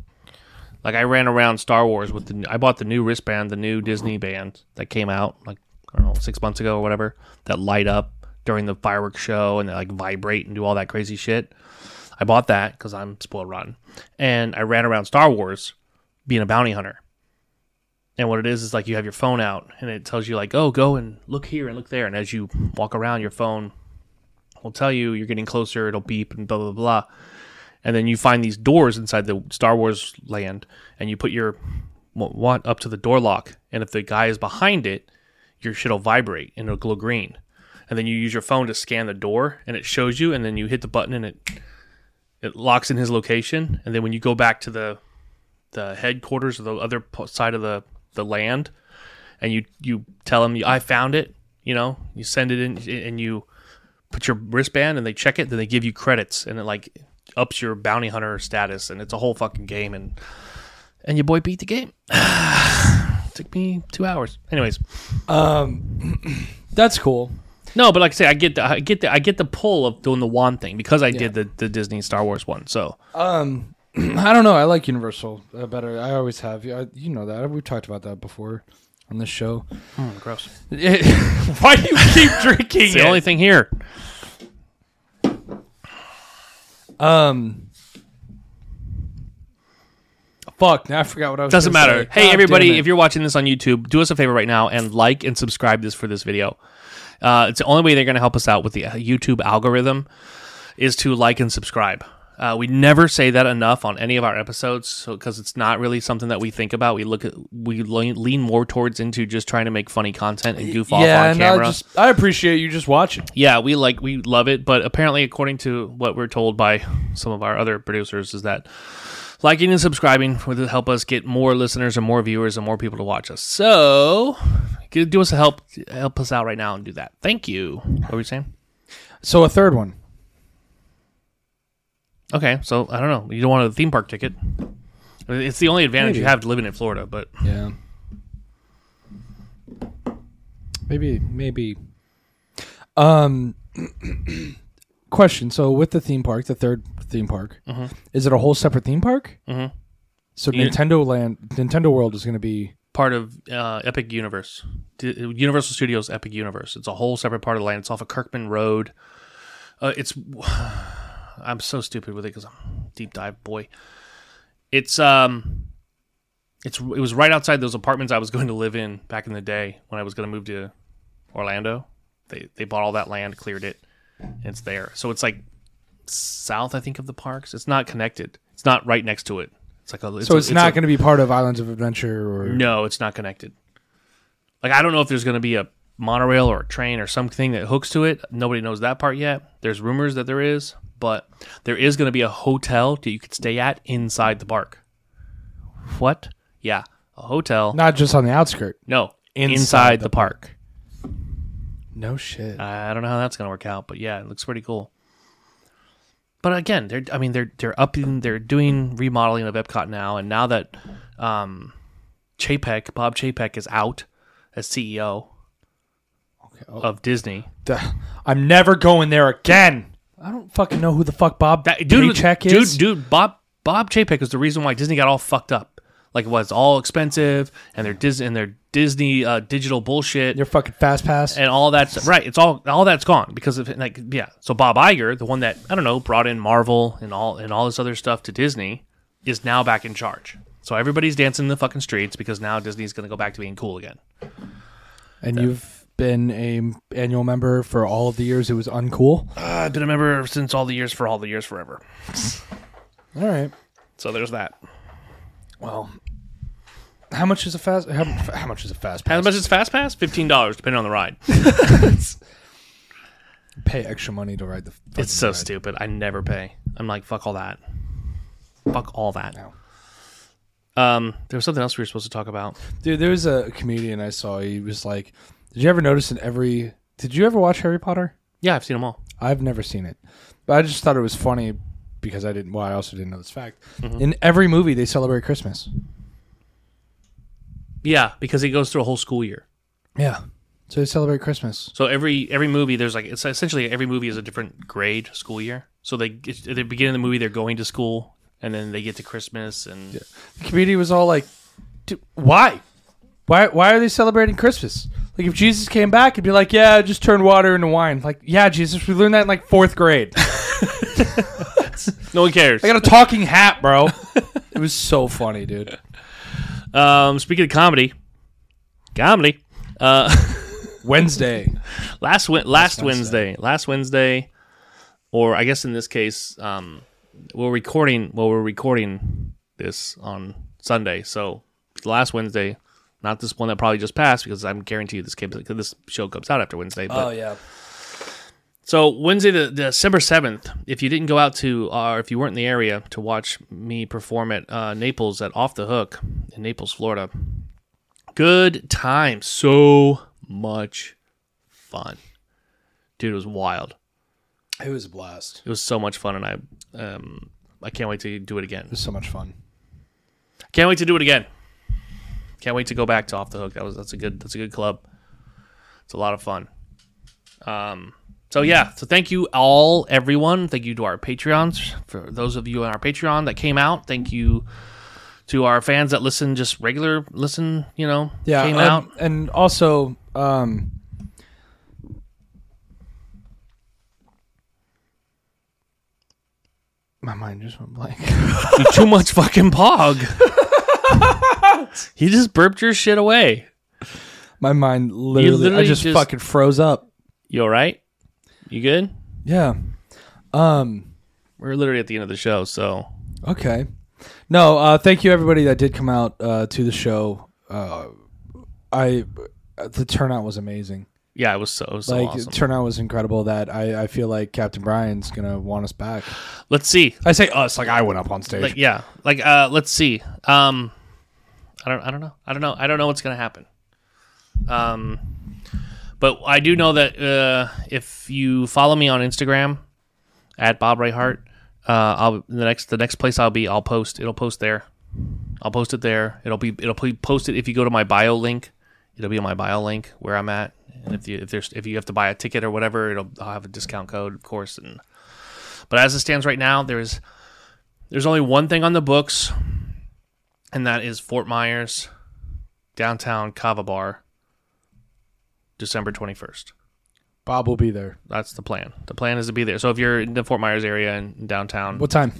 Speaker 1: Like I ran around Star Wars with the. I bought the new wristband, the new Disney band that came out like I don't know six months ago or whatever that light up during the fireworks show and they like vibrate and do all that crazy shit. I bought that because I'm spoiled rotten, and I ran around Star Wars being a bounty hunter. And what it is is like you have your phone out and it tells you like, oh, go and look here and look there. And as you walk around, your phone will tell you you're getting closer. It'll beep and blah blah blah and then you find these doors inside the Star Wars land, and you put your wa- wand up to the door lock, and if the guy is behind it, your shit'll vibrate and it'll glow green, and then you use your phone to scan the door, and it shows you, and then you hit the button, and it it locks in his location, and then when you go back to the the headquarters of the other po- side of the the land, and you you tell them I found it. You know, you send it in and you put your wristband and they check it. Then they give you credits and it like ups your bounty hunter status and it's a whole fucking game and and your boy beat the game. Took me two hours. Anyways,
Speaker 2: That's cool.
Speaker 1: no, but like I say, I get the I get the I get the pull of doing the one thing because I did the the Disney Star Wars one. So
Speaker 6: I don't know. I like Universal uh, better. I always have. You- I, you know that. We've talked about that before on this show.
Speaker 1: Mm, gross.
Speaker 2: Why do you keep drinking?
Speaker 1: It's the only thing here.
Speaker 2: Um. Fuck! Now I forgot what I was.
Speaker 1: Doesn't
Speaker 2: gonna
Speaker 1: matter.
Speaker 2: say.
Speaker 1: Hey,
Speaker 2: God damn
Speaker 1: everybody,
Speaker 2: it.
Speaker 1: if you're watching this on YouTube, do us a favor right now and like and subscribe this for this video. Uh, it's the only way they're going to help us out with the uh, YouTube algorithm is to like and subscribe. Uh, we never say that enough on any of our episodes because it's not really something that we think about. We look at we lean, lean more towards into just trying to make funny content and goof off
Speaker 6: yeah,
Speaker 1: on
Speaker 6: and I
Speaker 1: camera.
Speaker 6: just I appreciate you just watching.
Speaker 1: yeah, we like we love it, but apparently, according to what we're told by some of our other producers, is that liking and subscribing would help us get more listeners and more viewers and more people to watch us. So, g- do us a help, help us out right now and do that. Thank you. What were you saying?
Speaker 6: So a third one.
Speaker 1: Okay, so I don't know. You don't want a theme park ticket. It's the only advantage you
Speaker 6: Maybe.
Speaker 1: have to living in Florida, but
Speaker 6: Yeah.
Speaker 2: Maybe, maybe. Um, question. So, with the theme park, the third theme park, is it a whole separate theme park? Mm-hmm. So
Speaker 1: You-
Speaker 2: Nintendo Land, Nintendo World is going to be
Speaker 1: part of uh, Epic Universe, D- Universal Studios Epic Universe. It's a whole separate part of the land. It's off of Kirkman Road. Uh, it's I'm so stupid with it because I'm a deep dive boy. It's um, it's it was right outside those apartments I was going to live in back in the day when I was going to move to Orlando. They they bought all that land, cleared it, and it's there. So it's like south, I think, of the parks. It's not connected. It's not right next to it. It's like a.
Speaker 2: So
Speaker 1: a-
Speaker 2: it's not
Speaker 1: a-
Speaker 2: going to be part of Islands of Adventure or
Speaker 1: no, it's not connected. Like I don't know if there's going to be a monorail or a train or something that hooks to it. Nobody knows that part yet. There's rumors that there is, but there is going to be a hotel that you could stay at inside the park. What? Yeah, a hotel. No,
Speaker 2: not just on the outskirt.
Speaker 1: inside,
Speaker 2: Inside
Speaker 1: the,
Speaker 2: the
Speaker 1: park.
Speaker 2: No shit.
Speaker 1: I don't know how that's going to work out, but yeah, it looks pretty cool. But again, they're I mean they're they're upping they're doing remodeling of Epcot now, and now that um, Chapek Bob Chapek is out as CEO of Disney,
Speaker 2: Duh. I'm never going there again. I don't fucking know who the fuck Bob
Speaker 1: that dude, was-
Speaker 2: Dude,
Speaker 1: dude,
Speaker 2: Uh, is.
Speaker 1: dude, Bob Bob Chapek is the reason why Disney got all fucked up. Like it was all expensive, and their Disney and their Disney uh, digital bullshit.
Speaker 2: Your fucking fast pass.
Speaker 1: and all that's right. It's all all that's gone because of like yeah. So Bob Iger, the one that I don't know brought in Marvel and all and all this other stuff to Disney, is now back in charge. So everybody's dancing in the fucking streets because now Disney's going to go back to being cool again.
Speaker 2: and you've been a m- annual member for all of the years it was uncool.
Speaker 1: I've Uh, been a member since all the years for all the years forever.
Speaker 2: All right.
Speaker 1: So there's that.
Speaker 2: Well, how much is a fast? How, how much is a fast
Speaker 1: How
Speaker 2: pass?
Speaker 1: much is Fast Pass? Fifteen dollars, depending on the ride.
Speaker 2: Pay extra money to ride the. fucking
Speaker 1: It's so
Speaker 2: ride.
Speaker 1: stupid. I never pay. I'm like, fuck all that. Fuck all that. Um, there was something else we were supposed to talk about.
Speaker 2: Dude, there was a comedian I saw. He was like, "Did you ever notice in every? Did you ever watch Harry Potter?
Speaker 1: Yeah, I've seen them all.
Speaker 2: I've never seen it, but I just thought it was funny because I didn't. Well, I also didn't know this fact. In every movie, they celebrate Christmas.
Speaker 1: Yeah, because it goes through a whole school year.
Speaker 2: Yeah, so they celebrate Christmas.
Speaker 1: So every every movie, there's like it's essentially every movie is a different grade school year. So they it's- at the beginning of the movie, they're going to school, and then they get to Christmas, and
Speaker 2: The comedian was all like, "Dude, "Why? Why? Why are they celebrating Christmas? Like, if Jesus came back, it'd be like, yeah, just turn water into wine. Like, yeah, Jesus, we learned that in like fourth grade.
Speaker 1: no one cares.
Speaker 2: I got a talking hat, bro. it was so funny, dude.
Speaker 1: Um, speaking of comedy, comedy. Uh,
Speaker 2: Wednesday.
Speaker 1: last Wed last Wednesday. last Wednesday, or I guess in this case, um, we're recording. Well, we're recording this on Sunday, so last Wednesday, not this
Speaker 2: Oh,
Speaker 1: one that probably just passed because I'm guarantee you this came, this show comes out after Wednesday. But
Speaker 2: yeah.
Speaker 1: So Wednesday, the, the December seventh, if you didn't go out to or if you weren't in the area to watch me perform at uh, Naples at Off the Hook in Naples, Florida, good time, so much fun, dude. It was wild.
Speaker 2: It was a blast.
Speaker 1: It was so much fun, and I um I can't wait to do it again.
Speaker 2: It was so much fun.
Speaker 1: Can't wait to do it again. Can't wait to go back to Off the Hook. That was that's a good that's a good club. It's a lot of fun. Um so yeah, so thank you all everyone. Thank you to our Patreons for those of you on our Patreon that came out. Thank you to our fans that listen just regular listen, you know,
Speaker 2: Yeah,
Speaker 1: came
Speaker 2: um,
Speaker 1: out.
Speaker 2: and also, um, my mind just went blank.
Speaker 1: You too much fucking pog. you just burped your shit away.
Speaker 2: my mind literally,
Speaker 1: literally
Speaker 2: I just,
Speaker 1: just-
Speaker 2: fucking froze up.
Speaker 1: You all right? You good?
Speaker 2: Yeah. Um.
Speaker 1: We're literally at the end of the show, so
Speaker 2: Okay. No. Uh. Thank you, everybody that did come out uh, to the show. Uh, I the turnout was amazing.
Speaker 1: yeah, it was so, it was so
Speaker 2: like
Speaker 1: awesome.
Speaker 2: turnout was incredible. That I I feel like Captain Brian's gonna want us back.
Speaker 1: Let's see.
Speaker 2: I say us like I went up on stage.
Speaker 1: like yeah like uh let's see um i don't i don't know i don't know i don't know what's gonna happen um but i do know that uh if you follow me on instagram at bob Rayhart, uh i'll the next the next place i'll be i'll post it'll post there i'll post it there it'll be it'll be posted if you go to my bio link it'll be on my bio link where i'm at and if you if there's if you have to buy a ticket or whatever it'll i'll have a discount code of course and but as it stands right now there's there's only one thing on the books, and that is Fort Myers, downtown Kava Bar, December 21st.
Speaker 2: Bob will be there.
Speaker 1: That's the plan. The plan is to be there. So if you're in the Fort Myers area and downtown,
Speaker 2: What time?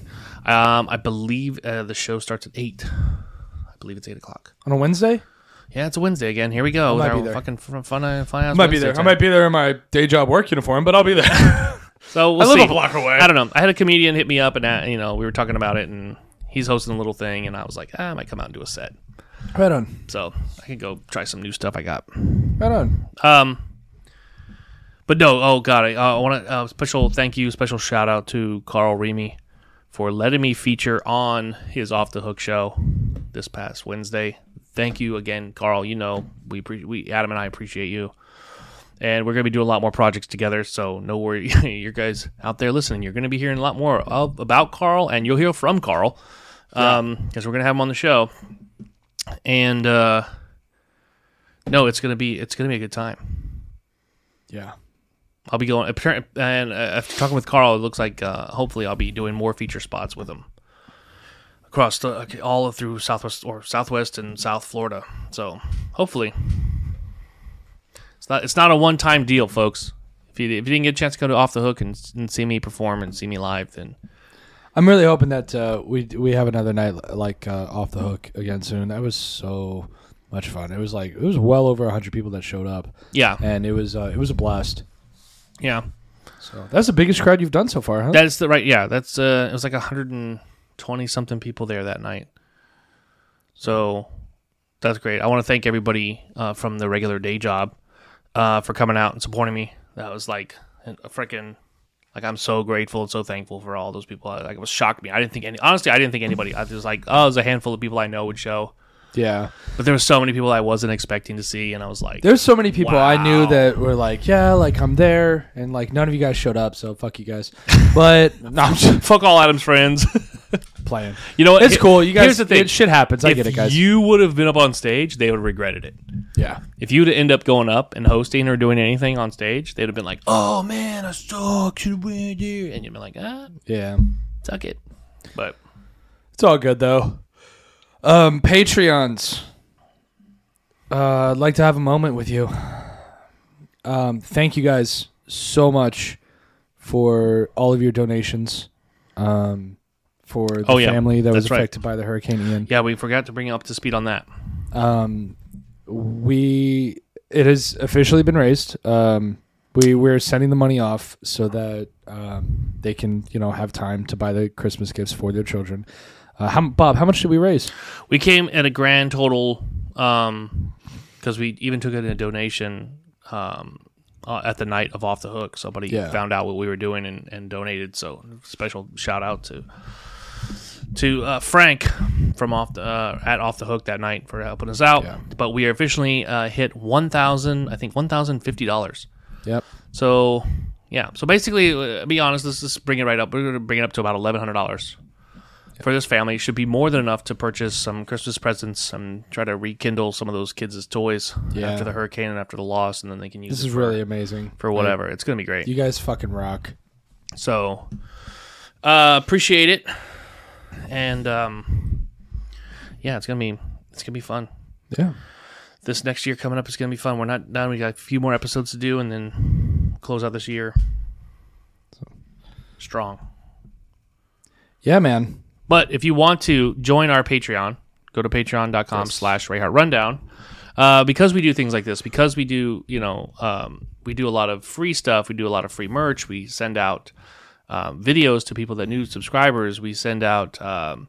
Speaker 1: um, I believe uh, the show starts at 8. I believe it's 8 o'clock.
Speaker 2: On a Wednesday?
Speaker 1: Yeah, it's a Wednesday again. Here we go.
Speaker 2: might
Speaker 1: They're
Speaker 2: be there.
Speaker 1: Fucking fun, fun, fun
Speaker 2: I might be there. I might be there in my day job work uniform, but I'll be there.
Speaker 1: So we'll
Speaker 2: I live
Speaker 1: see.
Speaker 2: a block away.
Speaker 1: I don't know. I had a comedian hit me up, and uh, you know we were talking about it, and he's hosting a little thing, and I was like, ah, I might come out and do a set.
Speaker 2: right on.
Speaker 1: So I can go try some new stuff I got.
Speaker 2: Right on.
Speaker 1: Um, but no, oh god, I, uh, I want to uh, special thank you, special shout out to Carl Remy for letting me feature on his Off the Hook show this past Wednesday. Thank you again, Carl. You know we pre- we Adam and I appreciate you, and we're gonna be doing a lot more projects together. So no worry, you guys out there listening, you're gonna be hearing a lot more of, about Carl, and you'll hear from Carl because we're gonna have him on the show. And uh, no, it's gonna be it's gonna be a good time.
Speaker 2: Yeah.
Speaker 1: I'll be going apparent- and uh, after talking with Carl, it looks like uh, hopefully I'll be doing more feature spots with him across the, okay, all through Southwest or Southwest and South Florida. So hopefully, it's not it's not a one time deal, folks. If you, if you didn't get a chance to go to Off the Hook and, and see me perform and see me live, then
Speaker 2: I'm really hoping that uh, we we have another night li- like uh, off the hook again soon. That was so much fun. It was like it was well over 100 people that showed up,
Speaker 1: yeah,
Speaker 2: and it was uh, it was a blast.
Speaker 1: yeah,
Speaker 2: So that's the biggest crowd you've done so far, huh?
Speaker 1: that's the right. Yeah, that's uh, it was like 120 something people there that night. So that's great. I want to thank everybody uh, from the regular day job uh, for coming out and supporting me. That was like a freaking like I'm so grateful and so thankful for all those people. Like it was shocked me. I didn't think any honestly. I didn't think anybody. I was just like, oh, there's a handful of people I know would show,
Speaker 2: yeah.
Speaker 1: but there were so many people I wasn't expecting to see, and I was like,
Speaker 2: There's so many people I knew
Speaker 1: Wow.
Speaker 2: that were like, yeah, like I'm there, and like none of you guys showed up, so fuck you guys. But no, I'm just
Speaker 1: fuck all Adam's friends.
Speaker 2: playing.
Speaker 1: you know what?
Speaker 2: It's
Speaker 1: Here-
Speaker 2: cool. You guys,
Speaker 1: Here's the thing.
Speaker 2: it- shit happens. I
Speaker 1: if
Speaker 2: get it, guys.
Speaker 1: you would have been up on stage, they would have regretted it.
Speaker 2: yeah.
Speaker 1: If you'd end up going up and hosting or doing anything on stage, they'd have been like, "Oh man, I suck." Should we do? And you'd be like, "Ah,
Speaker 2: Yeah.
Speaker 1: suck it." But
Speaker 2: It's all good though. Um, Patreons. Uh, I'd like to have a moment with you. Um, thank you guys so much for all of your donations. Um, for the
Speaker 1: Oh, yeah.
Speaker 2: family that was
Speaker 1: That's right.
Speaker 2: affected by the Hurricane Ian.
Speaker 1: yeah, we forgot to bring you up to speed on that.
Speaker 2: Um, we it has officially been raised. Um, we we're sending the money off so that um, they can you know have time to buy the Christmas gifts for their children. Uh, how, Bob, how much did we raise?
Speaker 1: We came at a grand total um because we even took in a donation um uh, at the night of Off the Hook. Somebody
Speaker 2: Yeah.
Speaker 1: found out what we were doing and, and donated. So special shout out to to uh, Frank from off the uh, at Off the Hook that night for helping us out.
Speaker 2: Yeah.
Speaker 1: But we officially uh, hit one thousand, I think one thousand fifty dollars.
Speaker 2: Yep.
Speaker 1: So yeah, so basically, uh, be honest. Let's just bring it right up. We're gonna bring it up to about eleven hundred dollars for this family. It should be more than enough to purchase some Christmas presents and try to rekindle some of those kids' toys
Speaker 2: Yeah.
Speaker 1: after the hurricane and after the loss, and then they can use
Speaker 2: This
Speaker 1: it
Speaker 2: is
Speaker 1: for,
Speaker 2: really amazing.
Speaker 1: for whatever. It's gonna be great.
Speaker 2: You guys fucking rock.
Speaker 1: So uh appreciate it. And um yeah, it's gonna be it's gonna be fun.
Speaker 2: Yeah.
Speaker 1: This next year coming up is gonna be fun. We're not done. We got a few more episodes to do and then close out this year. Strong.
Speaker 2: Yeah, man.
Speaker 1: But if you want to join our Patreon, go to patreon.com slash Rayhart Rundown. Uh, because we do things like this, because we do, you know, um, we do a lot of free stuff. We do a lot of free merch. We send out um, videos to people that new subscribers. We send out um,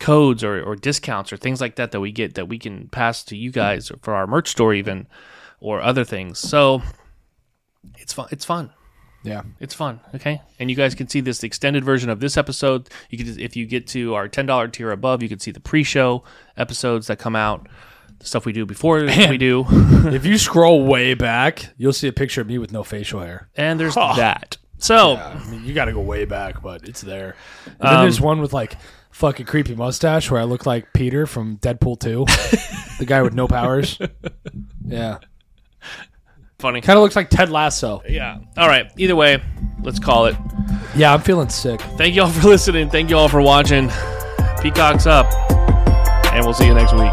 Speaker 1: codes or, or discounts or things like that that we get that we can pass to you guys for our merch store even or other things. So it's fun. It's fun.
Speaker 2: Yeah.
Speaker 1: It's fun, okay? And you guys can see this extended version of this episode. You can, if you get to our ten dollar tier above, you can see the pre-show episodes that come out, the stuff we do before we do,
Speaker 2: if you scroll way back, you'll see a picture of me with no facial hair.
Speaker 1: and there's that. So
Speaker 2: I mean, you got to go way back, but it's there. And then there's one with like fucking creepy mustache where I look like Peter from Deadpool 2, the guy with no powers. Yeah.
Speaker 1: funny,
Speaker 2: Kind of looks like Ted Lasso.
Speaker 1: yeah. All right. Either way, let's call it.
Speaker 2: Yeah, I'm feeling sick.
Speaker 1: Thank you all for listening. Thank you all for watching. Peacocks up, and we'll see you next week.